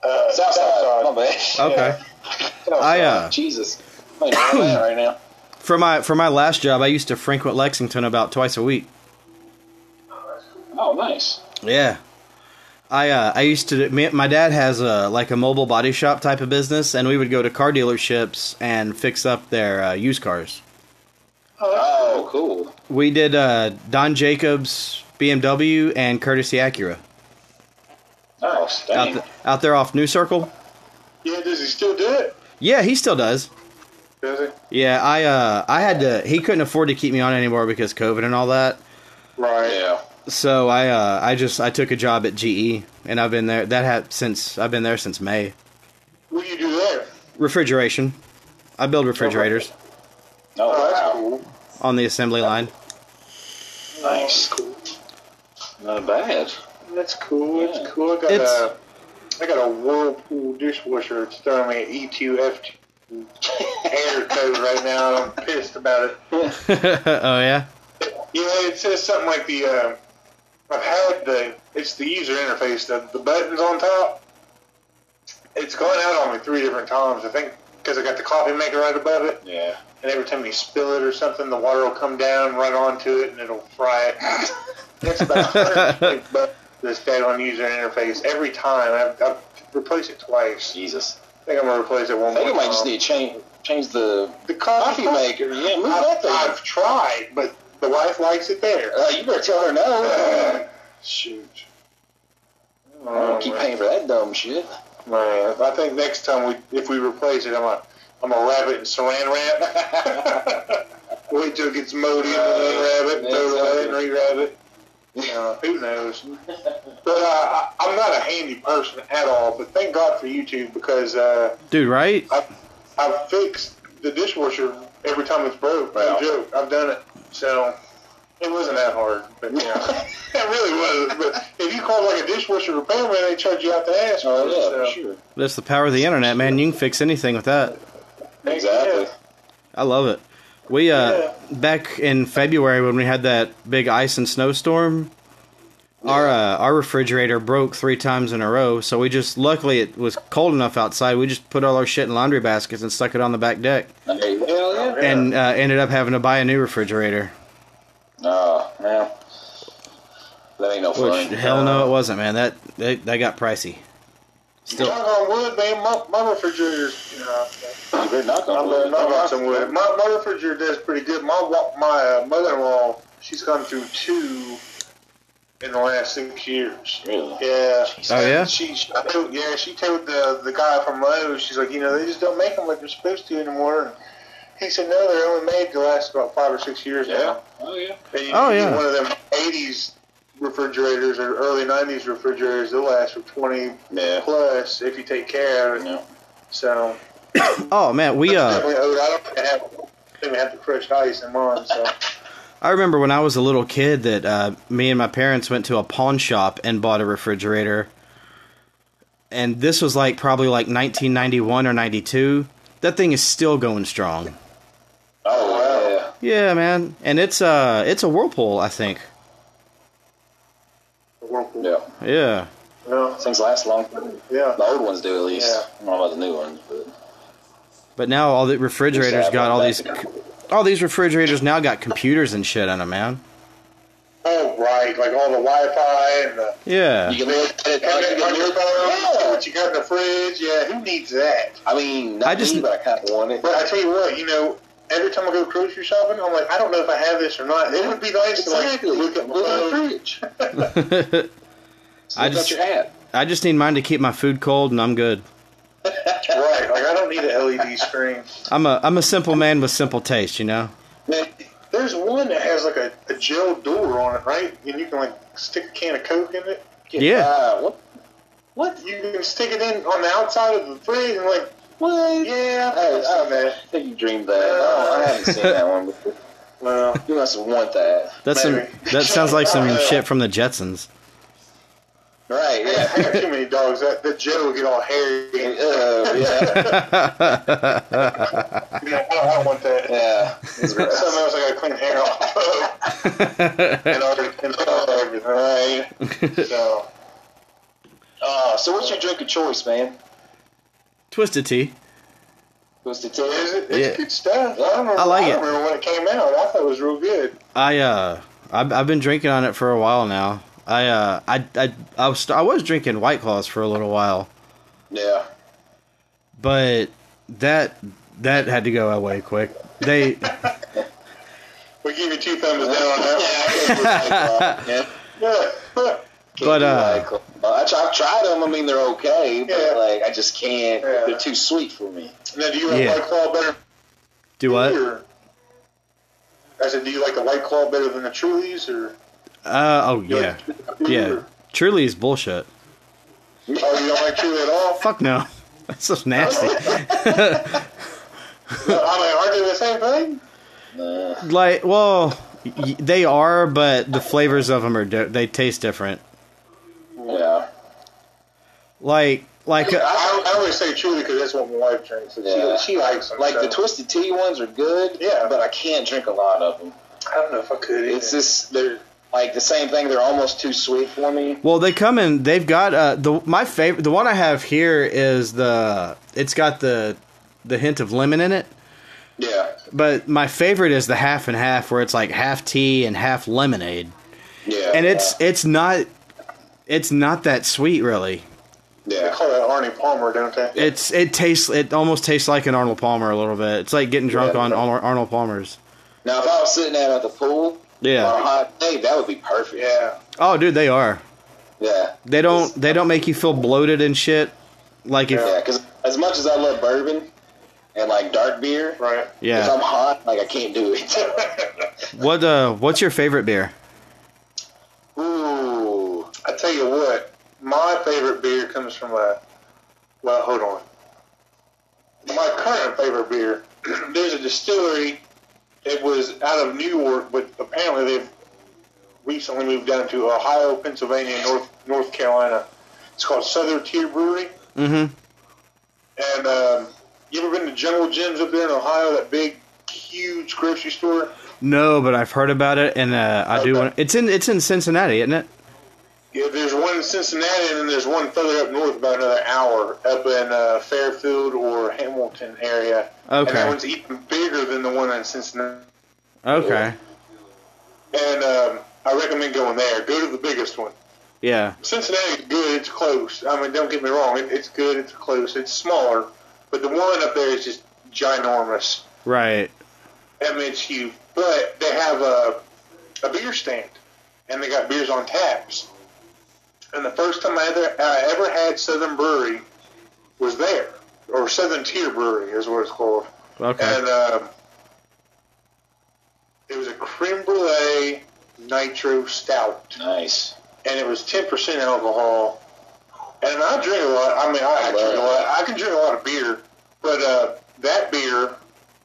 Speaker 3: Uh,
Speaker 4: South side. My bad.
Speaker 1: Okay.
Speaker 4: South
Speaker 1: I, uh,
Speaker 4: side. Jesus, I'm like, where am I at right now.
Speaker 1: For my for my last job, I used to frequent Lexington about twice a week.
Speaker 4: Oh, nice.
Speaker 1: Yeah. I uh, I used to me, my dad has a like a mobile body shop type of business and we would go to car dealerships and fix up their uh, used cars.
Speaker 4: Oh, cool.
Speaker 1: We did uh, Don Jacobs BMW and Courtesy Acura
Speaker 4: Nice.
Speaker 1: out,
Speaker 4: Dang.
Speaker 1: th- out there off New Circle.
Speaker 3: Yeah, does he still do it?
Speaker 1: Yeah, he still does.
Speaker 3: Does he?
Speaker 1: Yeah, I uh, I had to. He couldn't afford to keep me on anymore because COVID and all that.
Speaker 3: Right.
Speaker 4: Yeah.
Speaker 1: So I uh, I just I took a job at GE and I've been there that had since I've been there since May.
Speaker 3: What do you do there?
Speaker 1: Refrigeration. I build refrigerators
Speaker 4: Oh,
Speaker 3: Oh, that's
Speaker 4: wow.
Speaker 3: cool.
Speaker 1: on the assembly line.
Speaker 4: Nice.
Speaker 3: cool.
Speaker 4: Not bad.
Speaker 3: That's cool. That's cool. I got
Speaker 1: It's-
Speaker 3: a I got a Whirlpool dishwasher. It's throwing me an E two F error code right now. I'm pissed about it.
Speaker 1: oh yeah.
Speaker 3: Yeah, it says something like the uh, I've had the it's the user interface the the buttons on top. It's gone out on me three different times. I think because I got the coffee maker right above it,
Speaker 4: Yeah.
Speaker 3: and every time you spill it or something, the water will come down right onto it and it'll fry it. it's about 150 bucks this on user interface every time. I've, I've replaced it twice.
Speaker 4: Jesus.
Speaker 3: I think I'm gonna replace it one
Speaker 4: I
Speaker 3: more
Speaker 4: think I might
Speaker 3: time.
Speaker 4: just need to change change the
Speaker 3: the coffee,
Speaker 4: coffee maker. Yeah, move that
Speaker 3: I've,
Speaker 4: thing.
Speaker 3: I've tried, but the wife likes it there.
Speaker 4: Uh, you better tell her no.
Speaker 3: Shoot.
Speaker 4: I don't keep paying for that dumb shit.
Speaker 3: Man, I think next time we, if we replace it, I'm gonna, I'm gonna wrap it in saran wrap. Wait till it gets mowed in and
Speaker 4: Uh,
Speaker 3: then wrap it, and throw it away and re-wrap it. You know, who knows? But uh, I, I'm not a handy person at all. But thank God for YouTube because uh,
Speaker 1: Dude, right?
Speaker 3: I've, I've fixed the dishwasher every time it's broke. No
Speaker 4: Wow.
Speaker 3: joke, I've done it. So it wasn't that hard, but you know, it really wasn't. But if you call like a dishwasher repairman, they charge you out the ass.
Speaker 4: Oh
Speaker 3: for it,
Speaker 4: yeah,
Speaker 3: so.
Speaker 4: for sure.
Speaker 1: That's the power of the internet, man. You can fix anything with that.
Speaker 4: Exactly.
Speaker 1: I love it. We uh back in February when we had that big ice and snowstorm, our uh, our refrigerator broke three times in a row. So we just luckily it was cold enough outside. We just put all our shit in laundry baskets and stuck it on the back deck,
Speaker 4: Hey, hell yeah.
Speaker 1: and uh, ended up having to buy a new refrigerator.
Speaker 4: Oh man, that ain't no fun.
Speaker 1: Which hell no, it wasn't, man. That that, that got pricey. Still,
Speaker 3: Knock on wood, man. My, my refrigerator's, you know,
Speaker 4: You better knock on
Speaker 3: I'm gonna
Speaker 4: wood.
Speaker 3: knock on some wood. My, my refrigerator does pretty good. My wa- my uh, mother-in-law, she's gone through two in the last six years.
Speaker 4: Really?
Speaker 3: Yeah.
Speaker 1: Oh, yeah?
Speaker 3: She, she I told- yeah, she told the the guy from Lowe's. She's like, you know, they just don't make them like they're supposed to anymore. And he said, no, they're only made to last about five or six years
Speaker 4: Yeah.
Speaker 3: now.
Speaker 4: Oh yeah.
Speaker 3: And you
Speaker 1: Oh,
Speaker 3: get
Speaker 1: yeah.
Speaker 3: One of them '80s refrigerators or early '90s refrigerators. They'll last for 20
Speaker 4: Yeah.
Speaker 3: plus if you take care of it.
Speaker 4: Yeah.
Speaker 3: So.
Speaker 1: oh man, we uh.
Speaker 3: Definitely owed. I don't think I have, I think I have the fresh ice in mine. So
Speaker 1: I remember when I was a little kid that uh, me and my parents went to a pawn shop and bought a refrigerator. And this was like probably like 1991 or 92. That thing is still going strong.
Speaker 4: Oh yeah.
Speaker 1: Yeah, man. And it's uh it's a Whirlpool, I think.
Speaker 3: Whirlpool.
Speaker 4: Yeah.
Speaker 1: Yeah.
Speaker 3: No,
Speaker 4: Things last long. The
Speaker 3: yeah.
Speaker 4: old ones do at least.
Speaker 3: Yeah.
Speaker 4: I don't know about the new ones, but
Speaker 1: But now all the refrigerators got all these all these refrigerators now got computers and shit on them, man.
Speaker 3: Oh right, like all the Wi-Fi and the
Speaker 1: Yeah.
Speaker 4: You can look at it.
Speaker 3: have it on your phone. see
Speaker 4: Yeah.
Speaker 3: What you got in the fridge? Yeah, who needs that?
Speaker 4: I mean, not
Speaker 1: I
Speaker 4: I
Speaker 1: just-
Speaker 4: just, but I kind of want it.
Speaker 3: But I tell you what, you know, every time I go grocery shopping, I'm like, I don't know if I have this or not. It would be nice
Speaker 4: Exactly.
Speaker 3: to
Speaker 4: Look
Speaker 3: like look at
Speaker 4: at
Speaker 3: my
Speaker 4: the
Speaker 3: phone.
Speaker 4: fridge.
Speaker 1: I
Speaker 4: I
Speaker 1: just-
Speaker 4: just your hat.
Speaker 1: I just need mine to keep my food cold and I'm good.
Speaker 3: Right, like I don't need an LED screen.
Speaker 1: I'm a I'm a simple man with simple taste, you know.
Speaker 3: There's one that has like a, a gel door on it, right? And you can like stick a can of Coke in it.
Speaker 1: Yeah.
Speaker 4: Uh, what?
Speaker 3: What? You can stick it in on the outside of the thing and like,
Speaker 4: What?
Speaker 3: yeah,
Speaker 4: Hey,
Speaker 3: I don't know.
Speaker 4: I think you dreamed that. Oh, I haven't seen that one before.
Speaker 3: Well,
Speaker 4: You must want that.
Speaker 1: That's some.
Speaker 3: Maybe.
Speaker 1: That sounds like some shit from the Jetsons.
Speaker 4: Right,
Speaker 3: yeah, I
Speaker 4: yeah.
Speaker 3: got too many dogs. That, that Joe will get all hairy. And,
Speaker 4: Uh, yeah,
Speaker 3: yeah, I, don't, I don't want that.
Speaker 4: yeah. It's gross.
Speaker 3: Something else I gotta clean hair off of. and all the- and all everything. Right. So,
Speaker 4: Uh, so what's your drink of choice, man?
Speaker 1: Twisted tea.
Speaker 4: Twisted
Speaker 3: so
Speaker 4: Tea?
Speaker 3: is it, it's
Speaker 1: Yeah.
Speaker 3: good stuff. I don't remember,
Speaker 1: I like
Speaker 3: I
Speaker 1: it.
Speaker 3: don't remember when it came out. I thought it was real good.
Speaker 1: I uh, I've, I've been drinking on it for a while now. I uh, I I I was I was drinking White Claws for a little while,
Speaker 4: Yeah.
Speaker 1: but that that had to go away quick. They
Speaker 3: We give you two thumbs down on that.
Speaker 4: Yeah.
Speaker 3: yeah. yeah.
Speaker 1: But, uh,
Speaker 4: Like, I try, I've tried them. I mean, they're okay, but
Speaker 3: Yeah.
Speaker 4: like, I just can't.
Speaker 3: Yeah.
Speaker 4: They're too sweet for me.
Speaker 3: Now, do you like
Speaker 1: Yeah.
Speaker 3: White Claw better?
Speaker 1: do what?
Speaker 3: Or, I said, do you like the White Claw better than the Trulies or?
Speaker 1: Uh oh
Speaker 3: you
Speaker 1: yeah
Speaker 3: like
Speaker 1: yeah.
Speaker 3: Or,
Speaker 1: Truly is bullshit.
Speaker 3: oh, you don't like Truly at all?
Speaker 1: Fuck no. That's so nasty.
Speaker 3: I'm like, aren't they the same thing?
Speaker 1: Like well, y- they are, but the flavors of them are di- they taste different.
Speaker 4: Yeah.
Speaker 1: Like like.
Speaker 3: I,
Speaker 1: Uh,
Speaker 3: I, I always say Truly because that's what my wife drinks. And
Speaker 4: Yeah.
Speaker 3: she, she likes them.
Speaker 4: Like
Speaker 3: so.
Speaker 4: the twisted tea ones are good.
Speaker 3: Yeah.
Speaker 4: But I can't drink a lot of them.
Speaker 3: I don't know if I could.
Speaker 4: It's
Speaker 3: either.
Speaker 4: just they're like the same thing. They're almost too sweet for me.
Speaker 1: Well, they come in. They've got uh, the my favorite. The one I have here is the. It's got the the hint of lemon in it.
Speaker 4: Yeah.
Speaker 1: But my favorite is the half and half, where it's like half tea and half lemonade,
Speaker 4: Yeah.
Speaker 1: and it's it's not it's not that sweet really.
Speaker 3: they
Speaker 4: yeah.
Speaker 3: call that Arnie Palmer, don't they?
Speaker 1: It's it tastes it almost tastes like an Arnold Palmer a little bit. It's like getting drunk
Speaker 4: Yeah.
Speaker 1: on Ar- Arnold Palmer's.
Speaker 4: Now, if I was sitting out at the pool on a
Speaker 1: Yeah.
Speaker 4: hot day, that would be perfect.
Speaker 3: Yeah.
Speaker 1: Oh, dude, they are.
Speaker 4: Yeah.
Speaker 1: They don't they don't make you feel bloated and shit. Like if
Speaker 4: Yeah. Because as much as I love bourbon and like dark beer,
Speaker 3: Right.
Speaker 4: if
Speaker 1: yeah.
Speaker 4: I'm hot, like I can't do it.
Speaker 1: What uh what's your favorite beer?
Speaker 3: Ooh. I tell you what, my favorite beer comes from a. Well, hold on. My current favorite beer, there's a distillery. It was out of New York, but apparently they've recently moved down to Ohio, Pennsylvania, and North North Carolina. It's called Southern Tier Brewery.
Speaker 1: Mm-hmm.
Speaker 3: And um, you ever been to Jungle Gyms up there in Ohio? That big, huge grocery store.
Speaker 1: No, but I've heard about it and uh I do
Speaker 3: Okay.
Speaker 1: want it's in it's in Cincinnati, isn't it?
Speaker 3: Yeah, there's one in Cincinnati, and then there's one further up north, about another hour, up in uh, Fairfield or Hamilton area. And that
Speaker 1: Okay.
Speaker 3: one's even bigger than the one in Cincinnati.
Speaker 1: Okay.
Speaker 3: And um, I recommend going there. Go to the biggest one.
Speaker 1: Yeah.
Speaker 3: Cincinnati's good. It's close. I mean, don't get me wrong. It, it's good. It's close. It's smaller, but the one up there is just ginormous.
Speaker 1: Right.
Speaker 3: I mean, it's huge. But they have a, a beer stand, and they got beers on taps. And the first time I ever, I ever had Southern Brewery was there, or Southern Tier Brewery is what it's called.
Speaker 1: Okay.
Speaker 3: And um, it was a creme brulee nitro stout,
Speaker 4: nice.
Speaker 3: and it was 10% alcohol. And I drink a lot. I mean, I, I drink a lot. I can drink a lot of beer, but uh, that beer,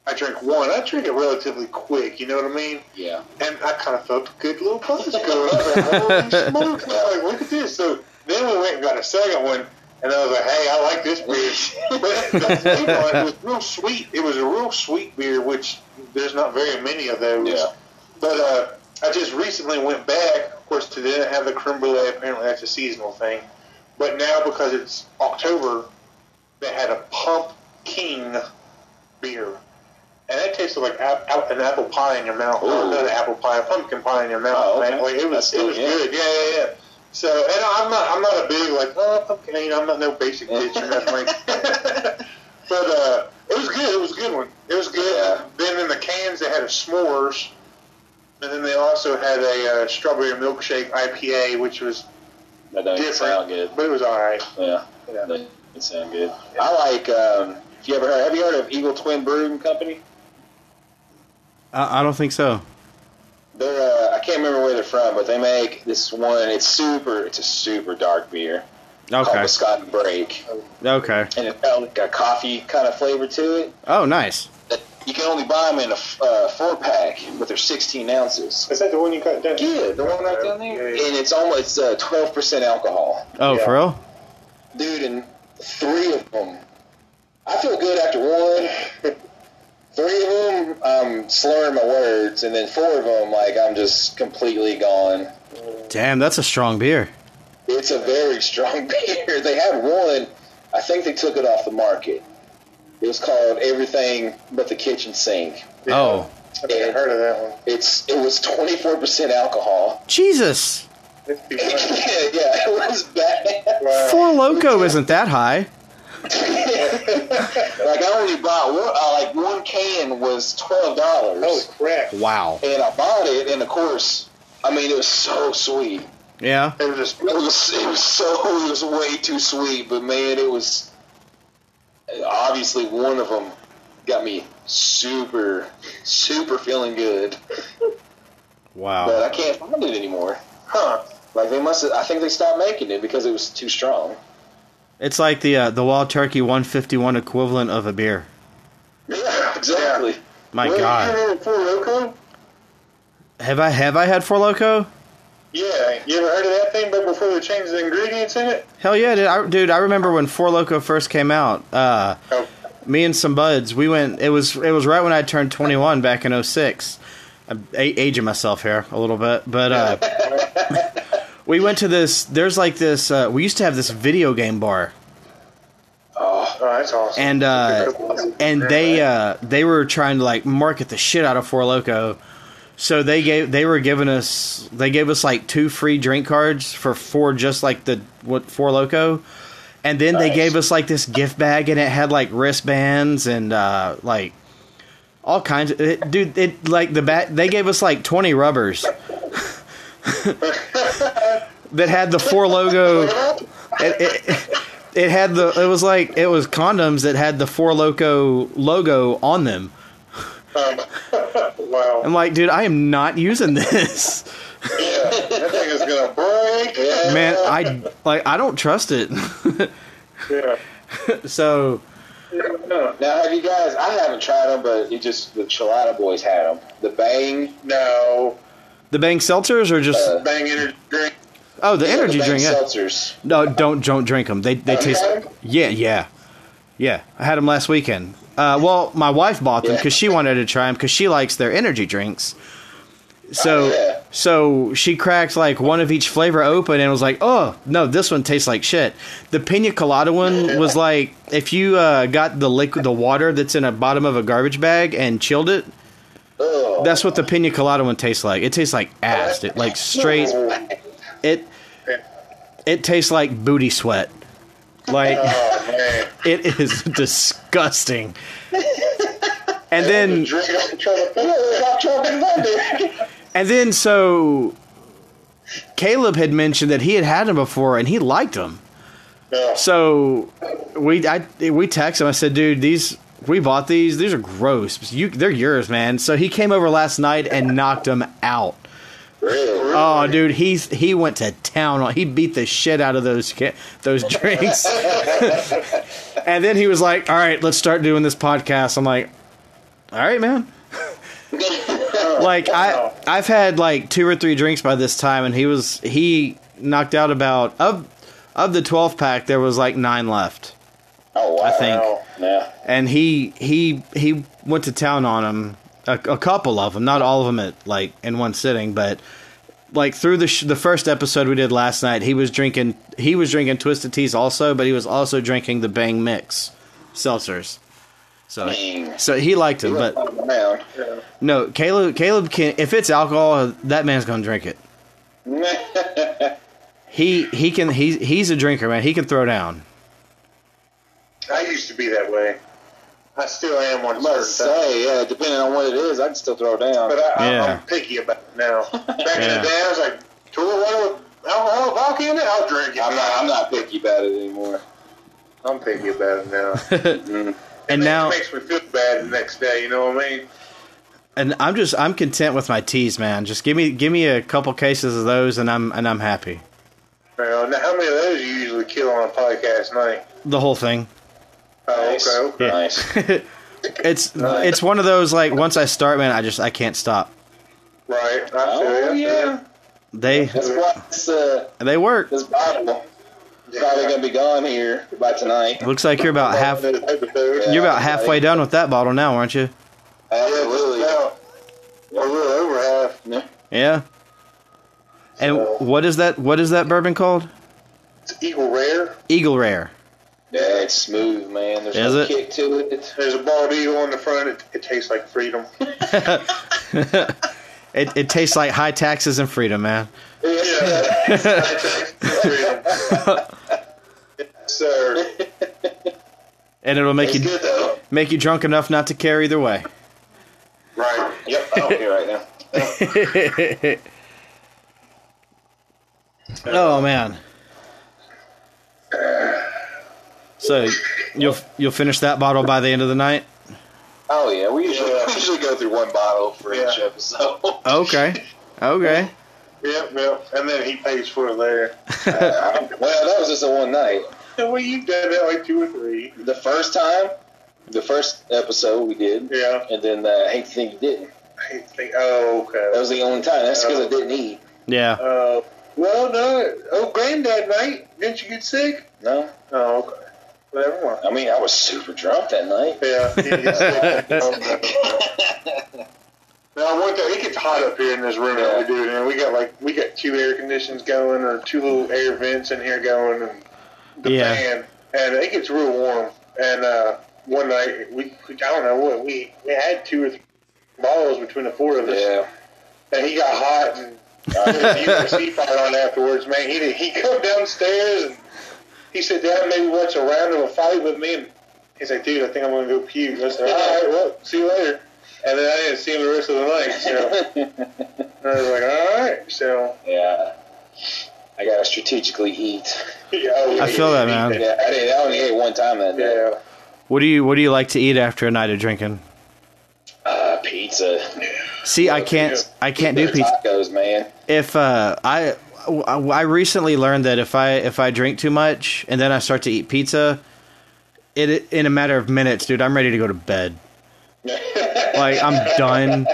Speaker 3: I drink one. I drink it relatively quick. You know what I mean?
Speaker 4: Yeah.
Speaker 3: And I kind of felt a good little buzz going. I was like, holy smokes, I'm like, look at this. So then we went and got a second one, and I was like, hey, I like this beer. but the sweet one, it was real sweet. It was a real sweet beer, which there's not very many of those.
Speaker 4: Yeah.
Speaker 3: But uh, I just recently went back. Of course, they didn't have the creme brulee. Apparently, that's a seasonal thing. But now, because it's October, they had a pumpkin beer. And it tasted like ap- ap- an apple pie in your mouth. Or
Speaker 4: Ooh.
Speaker 3: not an apple pie, a pumpkin pie in your mouth.
Speaker 4: Oh, okay.
Speaker 3: man. Like, it was,
Speaker 4: That's
Speaker 3: it
Speaker 4: good,
Speaker 3: was
Speaker 4: yeah.
Speaker 3: good. Yeah, yeah, yeah. So, and I'm not, I'm not a big, like, oh, pumpkin. You know, I'm not no basic bitch or nothing like that. But uh, it was good. It was a good one. It was good.
Speaker 4: Yeah.
Speaker 3: Then in the cans, they had a s'mores, and then they also had a uh, strawberry milkshake IPA, which was
Speaker 4: That doesn't
Speaker 3: different,
Speaker 4: sound good.
Speaker 3: but it was all right.
Speaker 4: Yeah.
Speaker 3: Yeah.
Speaker 4: That doesn't sound good. I like. Um, if you ever heard, have you heard of Eagle Twin Brewing Company?
Speaker 1: I, I don't think so.
Speaker 4: They're. Uh, I can't remember where they're from, but they make this one. It's super. It's a super dark beer.
Speaker 1: Okay.
Speaker 4: called Scott Break,
Speaker 1: Okay.
Speaker 4: and it got like a coffee kind of flavor to it.
Speaker 1: Oh, nice.
Speaker 4: That You can only buy them in a f- uh, four pack, but they're 16 ounces.
Speaker 3: Is that the one you cut down?
Speaker 4: Yeah, the one right down there,
Speaker 3: Yeah, yeah.
Speaker 4: and it's almost uh, 12% alcohol.
Speaker 1: Oh,
Speaker 3: Yeah.
Speaker 1: for real?
Speaker 4: dude, and three of them. I feel good after one. three of them, I'm slurring my words, and then four of them, like I'm just completely gone.
Speaker 1: Damn, that's a strong beer.
Speaker 4: It's a very strong beer. They had one. I think they took it off the market. It was called Everything But the Kitchen Sink.
Speaker 1: Oh,
Speaker 3: I think I heard of that one.
Speaker 4: It's it was 24% alcohol.
Speaker 1: Jesus.
Speaker 3: It's too
Speaker 4: yeah,
Speaker 3: much.
Speaker 4: yeah, it was bad.
Speaker 3: Wow.
Speaker 1: Four Loco isn't that high.
Speaker 4: Like I only bought one. Uh, like one can was twelve dollars.
Speaker 3: Holy crap.
Speaker 1: Wow.
Speaker 4: and I bought it, and of course, I mean, it was so sweet.
Speaker 1: Yeah.
Speaker 3: It was just,
Speaker 4: It was, it was so, it was way too sweet, but man, it was, obviously one of them got me super, super feeling good, but
Speaker 1: Wow.
Speaker 4: I can't find it anymore.
Speaker 3: huh.
Speaker 4: Like they must, I think they stopped making it because it was too strong.
Speaker 1: It's like the uh, the Wild Turkey 151 equivalent of a beer.
Speaker 4: Yeah, exactly.
Speaker 1: My
Speaker 3: Wait,
Speaker 1: God.
Speaker 3: You ever Four Loco?
Speaker 1: Have I have I had Four Loco?
Speaker 3: Yeah. You ever heard of that thing, but before they changed the ingredients in it?
Speaker 1: Hell yeah, dude! I, dude, I remember when Four Loco first came out. Uh,
Speaker 3: Oh,
Speaker 1: me and some buds, we went. It was it was right when I turned 21 back in 06. I'm a- aging myself here a little bit, but uh, we went to this. There's like this. Uh, we used to have this video game bar,
Speaker 3: oh that's awesome.
Speaker 1: and uh, and they uh, they were trying to like market the shit out of Four Loco. So they gave they were giving us they gave us like two free drink cards for four just like the what Four Loco, and then they
Speaker 4: Nice.
Speaker 1: gave us like this gift bag and it had like wristbands and uh, like all kinds of it, dude it like the bat they gave us like twenty rubbers that had the Four Logo it, it, it had the it was like it was condoms that had the four loco logo on them
Speaker 3: Um, wow.
Speaker 1: i'm like dude i am not using this
Speaker 3: Yeah, that thing is gonna break. Yeah.
Speaker 1: man i like i don't trust it
Speaker 3: Yeah.
Speaker 1: so
Speaker 3: No,
Speaker 4: Now, have you guys? I haven't tried them, but it just the Chelada boys had them. The Bang,
Speaker 3: no.
Speaker 1: the bang seltzers are just
Speaker 3: Bang energy drink.
Speaker 1: oh the energy
Speaker 4: the Bang
Speaker 1: drink yeah.
Speaker 4: seltzers.
Speaker 1: no don't don't drink them they
Speaker 4: Oh,
Speaker 1: they taste yeah yeah yeah i had them last weekend uh, well my wife bought them
Speaker 4: Yeah.
Speaker 1: because she wanted to try them because she likes their energy drinks so
Speaker 4: Oh, yeah.
Speaker 1: so she cracked like one of each flavor open and was like, "Oh no, this one tastes like shit." The pina colada one was like if you uh, got the liquid, the water that's in a bottom of a garbage bag and chilled it.
Speaker 4: Ugh.
Speaker 1: That's what the pina colada one tastes like. It tastes
Speaker 4: Oh,
Speaker 1: like ass. It like straight. It it tastes like booty sweat. Like
Speaker 3: Oh man.
Speaker 1: it is disgusting. And then
Speaker 3: Drink it up, try to feel it, not try to find it.
Speaker 1: And then so Caleb had mentioned that he had had them before and he liked them.
Speaker 3: No.
Speaker 1: So we I we texted him. I said, "Dude, these we bought these. These are gross. You they're yours, man." So he came over last night and knocked them out.
Speaker 4: Really?
Speaker 1: Oh, dude, he he went to town. on He beat the shit out of those ca- those drinks. and then he was like, "All right, let's start doing this podcast." I'm like, "All right, man." like I I've had like two or three drinks by this time, and he was he knocked out about of of the 12 pack. There was like nine left,
Speaker 4: Oh wow.
Speaker 1: I think.
Speaker 4: Yeah.
Speaker 1: and he he he went to town on them. A, a couple of them, not all of them at like in one sitting, but like through the sh- the first episode we did last night, he was drinking he was drinking twisted teas also, but he was also drinking the Bang Mix seltzers. So
Speaker 4: Bang.
Speaker 1: so he liked them, but
Speaker 4: around.
Speaker 1: no, Caleb Caleb can if it's alcohol, that man's gonna drink it. He he can he's he's a drinker, man. He can throw down.
Speaker 3: I used to be that way. I still am one
Speaker 4: I'm about to
Speaker 3: certain times.
Speaker 4: say, yeah, depending on what it is, I can still throw down.
Speaker 3: But I, I,
Speaker 1: Yeah.
Speaker 3: I'm picky about it now. Back
Speaker 1: Yeah.
Speaker 3: in the day, I was like, "Do one with alcohol, vodka in it? I'll drink it."
Speaker 4: I'm not, I'm not picky about it anymore.
Speaker 3: I'm picky about it now.
Speaker 1: And now
Speaker 3: it makes me feel bad the next day. You know what I mean?
Speaker 1: and I'm just I'm content with my teas, man. Just give me give me a couple cases of those and I'm and I'm happy.
Speaker 3: Now, now, how many of those you usually kill on a podcast night?
Speaker 1: The whole thing.
Speaker 3: Oh,
Speaker 4: Nice.
Speaker 3: okay. okay.
Speaker 4: Nice.
Speaker 1: It's it's one of those like once I start, man, I just I can't stop.
Speaker 3: Right. I
Speaker 4: Oh,
Speaker 3: feel ya.
Speaker 4: yeah.
Speaker 1: They
Speaker 4: That's why this, uh,
Speaker 1: they work.
Speaker 4: this bottle is probably going to be gone here by tonight.
Speaker 1: Looks like you're about half
Speaker 3: This episode.
Speaker 1: you're about halfway done with that bottle now, aren't you?
Speaker 4: Absolutely.
Speaker 3: Now, we're a little over half.
Speaker 4: No.
Speaker 1: Yeah. And what is that? What is that bourbon called?
Speaker 3: It's equal rare.
Speaker 1: Eagle Rare.
Speaker 4: Yeah, it's smooth, man. There's
Speaker 1: Is
Speaker 4: no
Speaker 1: it?
Speaker 4: kick to it.
Speaker 3: There's a bald eagle on the front. It, it tastes like freedom.
Speaker 1: It, it tastes like high taxes and freedom, man.
Speaker 3: Yeah. freedom. Sir.
Speaker 1: And it'll make
Speaker 4: It's
Speaker 1: you
Speaker 4: good, though.
Speaker 1: make you drunk enough not to care either way.
Speaker 3: Right.
Speaker 4: Yep, I'm here right now.
Speaker 1: Oh man. So you'll you'll finish that bottle by the end of the night.
Speaker 4: Oh, yeah. We usually,
Speaker 3: Yeah.
Speaker 4: we usually go through one bottle for
Speaker 3: Yeah.
Speaker 4: each episode.
Speaker 1: Okay. Okay.
Speaker 3: Yep, yep. And then he pays for it there.
Speaker 4: Well, that was just a one night.
Speaker 3: Yeah, well, you've done that like two or three.
Speaker 4: The first time, the first episode we did,
Speaker 3: Yeah.
Speaker 4: and then uh, I hate to think you didn't.
Speaker 3: I think, oh,
Speaker 4: That
Speaker 3: okay.
Speaker 4: was the only time. That's because I didn't eat.
Speaker 1: Yeah.
Speaker 3: Uh, well, no. Oh, granddad, mate. Didn't you get sick?
Speaker 4: No,
Speaker 3: Oh, okay. Whatever. Well,
Speaker 4: I mean I was super drunk that night.
Speaker 3: Yeah, he gets sick. Now, one thing, it gets hot up here in this room that we do it in. We got like we got two air conditions going or two little air vents in here going, and the
Speaker 1: Yeah.
Speaker 3: fan, and it gets real warm. And uh, one night we, we, I don't know what we we had two or three balls between the four of us,
Speaker 4: Yeah,
Speaker 3: and he got hot and I did a UFC fight on afterwards. Man, he did, he come downstairs and he said, "Dad, maybe watch a round of a fight with me." And he's like, "Dude, I think I'm gonna go puke." And I said, "All right, well, see you later." And then I didn't see him the rest of the night. So and I was like, "All right." So
Speaker 4: yeah. I gotta strategically eat.
Speaker 3: yeah, oh, yeah,
Speaker 1: I feel that, man.
Speaker 4: Yeah, I did. I only ate one time that day.
Speaker 3: Yeah,
Speaker 1: What do you what do you like to eat after a night of drinking?
Speaker 4: Uh, pizza,
Speaker 1: See, I can't I can't do pizza.
Speaker 4: tacos, man.
Speaker 1: If uh I I recently learned that if I if I drink too much and then I start to eat pizza, it in a matter of minutes, dude, I'm ready to go to bed. like I'm done.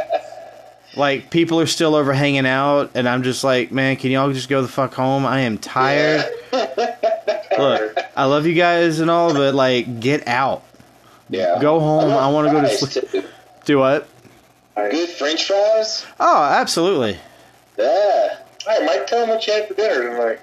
Speaker 1: Like people are still over hanging out, and I'm just like, man, can y'all just go the fuck home? I am tired. Look, I love you guys and all, but like, get out,
Speaker 4: Yeah,
Speaker 1: go home. I want to go to
Speaker 4: Fries,
Speaker 1: sleep.
Speaker 4: too.
Speaker 1: Do what?
Speaker 4: Good French fries.
Speaker 1: Oh, absolutely.
Speaker 4: Yeah.
Speaker 3: Hey, Mike, tell him what you had for dinner tonight.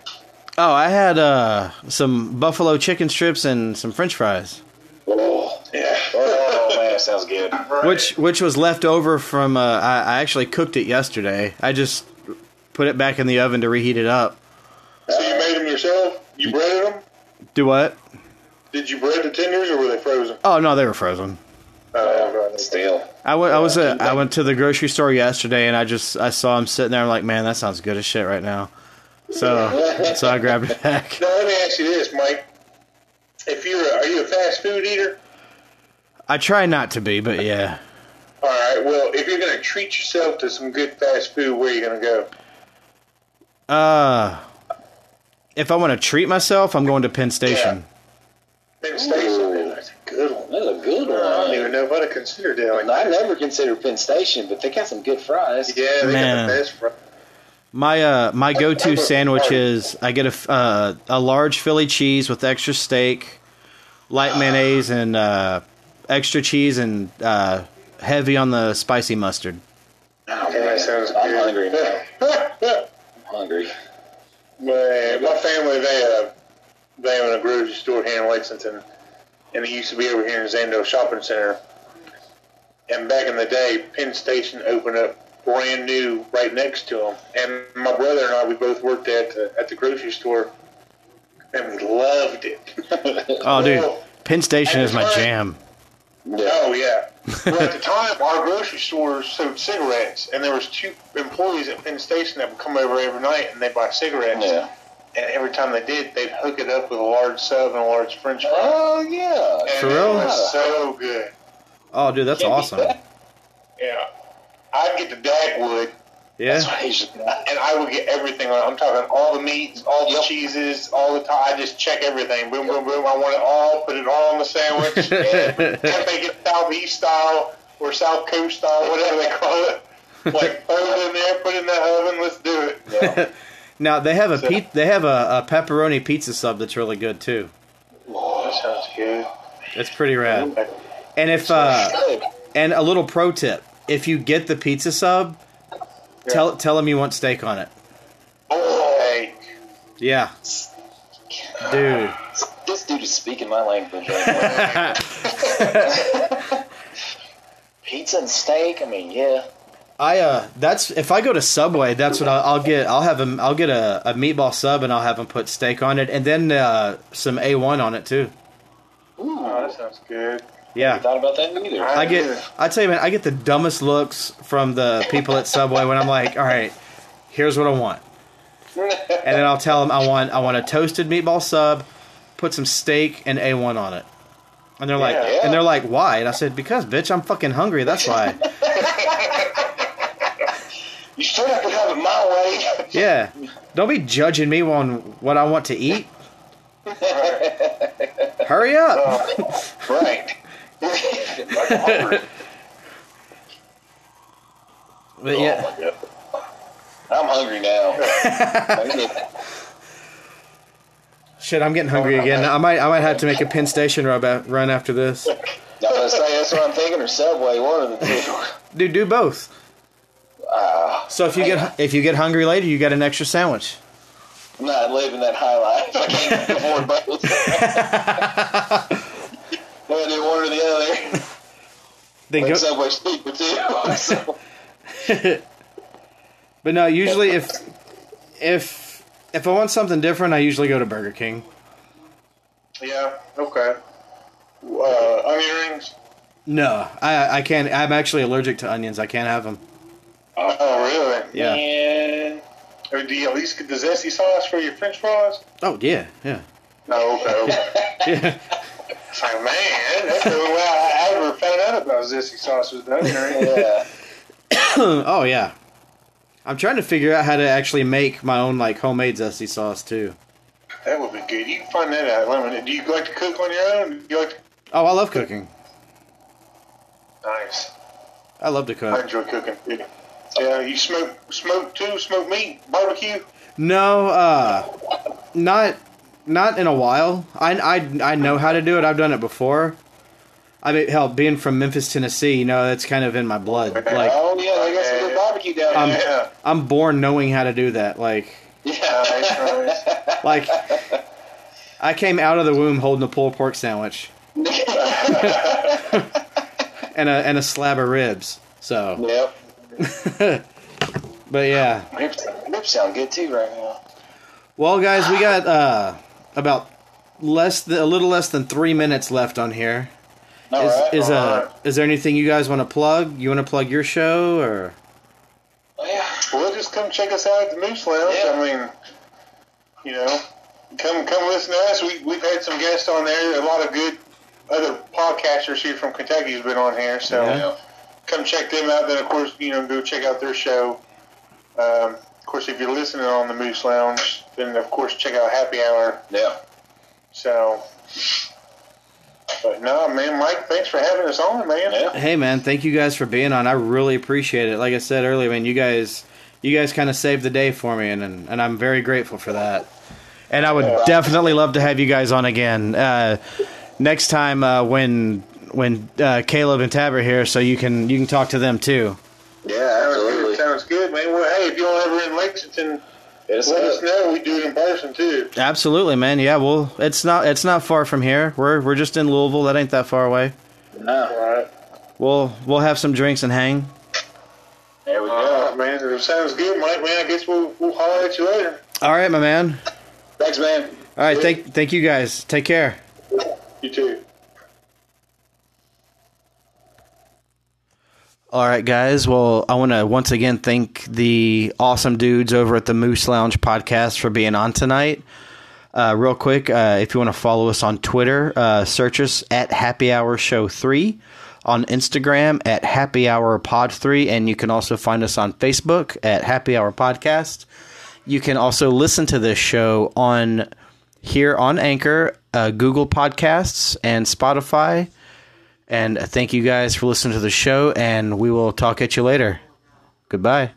Speaker 1: Oh, I had uh some buffalo chicken strips and some French fries,
Speaker 4: Oh, yeah. Oh man, sounds good.
Speaker 1: which which was left over from. Uh, I, I actually cooked it yesterday. I just put it back in the oven to reheat it up.
Speaker 3: So you made them yourself? You breaded them?
Speaker 1: Do what?
Speaker 3: Did you bread the tenders or were they frozen?
Speaker 1: Oh no, they were frozen.
Speaker 3: Oh, God.
Speaker 4: Still.
Speaker 1: I went. I was. uh, I went to the grocery store yesterday, and I just I saw him sitting there. I'm like, man, that sounds good as shit right now. So so I grabbed it back.
Speaker 3: Now let me ask you this, Mike. If you're, a, are you a fast food eater?
Speaker 1: I try not to be, but yeah.
Speaker 3: All right. Well, if you're going to treat yourself to some good fast food, where are you going to go?
Speaker 1: Uh, if I want to treat myself, I'm going to Penn Station.
Speaker 3: Penn Station.
Speaker 4: Ooh.
Speaker 3: That's a good one.
Speaker 4: That's a good
Speaker 3: I don't
Speaker 4: one.
Speaker 3: even know if I'd have considered that. Like,
Speaker 4: And I never considered Penn Station, but they got some good fries.
Speaker 3: yeah, they
Speaker 1: Man.
Speaker 3: got the best. Fr-
Speaker 1: My uh my go-to sandwich is I get a f- uh, a large Philly cheese with extra steak, light mayonnaise, and uh, extra cheese, and uh, heavy on the spicy mustard.
Speaker 4: Oh,
Speaker 3: that sounds
Speaker 4: I'm hungry
Speaker 3: good.
Speaker 4: now.
Speaker 3: man,
Speaker 4: I'm hungry.
Speaker 3: my family they uh, they own a grocery store here in Lexington, and it used to be over here in Zando Shopping Center. And back in the day, Penn Station opened up brand new right next to them. And my brother and I, we both worked at the, at the grocery store, and we loved it.
Speaker 1: Oh, dude, Penn Station is my jam.
Speaker 4: Yeah.
Speaker 3: Oh yeah. well, at the time, our grocery stores sold cigarettes, and there was two employees at Penn Station that would come over every night and they would buy cigarettes.
Speaker 4: Yeah.
Speaker 3: And every time they did, they'd hook it up with a large sub and a large French fry.
Speaker 4: Oh yeah.
Speaker 3: And
Speaker 1: For
Speaker 3: it
Speaker 1: real?
Speaker 3: was so good.
Speaker 1: Oh, dude, that's awesome.
Speaker 3: Yeah. I'd get the Dagwood
Speaker 1: Yeah.
Speaker 4: That's what I usually get.
Speaker 3: and I would get everything on. it. I'm talking all the meats, all the
Speaker 4: Yep.
Speaker 3: cheeses, all the time. I just check everything. Boom, boom, boom. I want it all. Put it all on the sandwich. and make it southeast style or south coast style, whatever they call it. Like throw it in there, put it in the oven. Let's do it.
Speaker 4: Yeah.
Speaker 1: Now they have a pe- they have a, a pepperoni pizza sub that's really good too.
Speaker 4: Oh, that sounds good.
Speaker 1: It's pretty rad. And if uh, and a little pro tip, if you get the pizza sub, tell tell them you want steak on it.
Speaker 3: Hey,
Speaker 1: Yeah, dude.
Speaker 4: This dude is speaking my language. Right now. Pizza and steak. I mean, yeah.
Speaker 1: I uh, that's if I go to Subway, that's what I'll, I'll get. I'll have them. I'll get a, a meatball sub and I'll have them put steak on it, and then uh, some A one on it too.
Speaker 3: oh, that sounds good.
Speaker 4: I
Speaker 1: Yeah,
Speaker 4: thought about that either.
Speaker 1: I get. I tell you, man, I get the dumbest looks from the people at Subway when I'm like, all right, here's what I want, and then I'll tell them I want I want a toasted meatball sub, put some steak and A one on it, and they're like,
Speaker 4: Yeah.
Speaker 1: and they're like, why? And I said, because bitch, I'm fucking hungry. That's why.
Speaker 4: You sure I could have it my way?
Speaker 1: yeah, don't be judging me on what I want to eat. Hurry up.
Speaker 4: right.
Speaker 1: But yeah,
Speaker 4: I'm hungry now.
Speaker 1: shit, I'm getting hungry again. I might, I might have to make a Penn Station rub out, run after this.
Speaker 4: I was gonna say that's what I'm thinking, or Subway, one of the two.
Speaker 1: Dude, do both. So if you get if you get hungry later, you get an extra sandwich.
Speaker 4: I'm not living that high life. I can't afford both. Whether they one or the other.
Speaker 1: Then
Speaker 4: Like
Speaker 1: go,
Speaker 4: Subway sleeper too. Oh, So,
Speaker 1: but no, usually if if if I want something different, I usually go to Burger King.
Speaker 3: Yeah. Okay. Uh, onion rings.
Speaker 1: No, I I can't. I'm actually allergic to onions. I can't have them.
Speaker 3: Oh, really?
Speaker 1: Yeah.
Speaker 4: Man.
Speaker 3: Or do you at least get the zesty sauce for your French fries?
Speaker 1: Oh yeah, yeah.
Speaker 3: No, okay. okay.
Speaker 1: yeah.
Speaker 3: It's like, man, that's the only way I ever found out about zesty sauce was the onion ring.
Speaker 4: Yeah.
Speaker 1: oh yeah. I'm trying to figure out how to actually make my own like homemade zesty sauce too.
Speaker 3: That would be good. You can find that out. Let me know. Do you like to cook on your own? Do you like to...
Speaker 1: Oh, I love cooking.
Speaker 3: Nice.
Speaker 1: I love to
Speaker 3: I
Speaker 1: cook.
Speaker 3: enjoy cooking. too. Yeah, you smoke smoke too, smoke meat, barbecue.
Speaker 1: No, uh, not not in a while. I, I I know how to do it. I've done it before. I mean, hell, being from Memphis, Tennessee, you know that's kind of in my blood. Like
Speaker 4: oh yeah, they got some good barbecue down
Speaker 1: Um,
Speaker 4: there.
Speaker 3: Yeah.
Speaker 1: I'm born knowing how to do that. Like
Speaker 4: Yeah.
Speaker 3: Nice, nice.
Speaker 1: like I came out of the womb holding a pulled pork sandwich and a and a slab of ribs. So,
Speaker 4: Yep.
Speaker 1: but yeah.
Speaker 4: Rips, rips sound good too right now.
Speaker 1: Well, guys, we got uh about less than, a little less than three minutes left on here.
Speaker 4: All
Speaker 1: Is
Speaker 4: right.
Speaker 1: is
Speaker 3: all
Speaker 1: uh
Speaker 3: right.
Speaker 1: is there anything you guys want to plug? You want to plug your show or?
Speaker 4: Oh, yeah.
Speaker 3: Well, just come check us out at the Moose Lounge.
Speaker 4: Yeah.
Speaker 3: I mean, you know, come come listen to us. We we've had some guests on there. A lot of good other podcasters here from Kentucky has been on here. So
Speaker 1: Yeah.
Speaker 3: come check them out. Then of course, you know, go check out their show. Um, of course, if you're listening on the Moose Lounge, then of course check out Happy Hour.
Speaker 4: Yeah.
Speaker 3: So. But no, man, Mike, thanks for having us on, man.
Speaker 4: Yeah.
Speaker 1: Hey man, thank you guys for being on. I really appreciate it. Like I said earlier, man, you guys you guys kind of saved the day for me, and, and and I'm very grateful for that. And I would definitely love to have you guys on again uh, next time uh, when when uh, Caleb and Tab are here, so you can you can talk to them too.
Speaker 4: Yeah,
Speaker 3: Sounds good. Sounds good, man. Well, hey, if you're ever in Lexington,
Speaker 4: Hit us
Speaker 3: let
Speaker 4: up.
Speaker 3: us know. We do it in person too.
Speaker 1: Absolutely, man. Yeah, well, it's not it's not far from here. We're we're just in Louisville. That ain't that far away.
Speaker 4: No.
Speaker 3: All right.
Speaker 1: We'll we'll have some drinks and hang.
Speaker 4: There we go.
Speaker 3: Oh, man, it sounds good, Mike. Man, I guess we'll, we'll holler at you later.
Speaker 1: All right, my man.
Speaker 4: Thanks, man.
Speaker 1: All right, thank thank you guys. Take care.
Speaker 3: You too.
Speaker 1: All right, guys. Well, I want to once again thank the awesome dudes over at the Moose Lounge podcast for being on tonight. Uh, real quick, uh, if you want to follow us on Twitter, uh, search us at Happy Hour Show 3. on Instagram at Happy Hour Pod 3, and you can also find us on Facebook at Happy Hour Podcast. You can also listen to this show on here on Anchor, uh, Google Podcasts, and Spotify. And thank you guys for listening to the show, and we will talk at you later. Goodbye.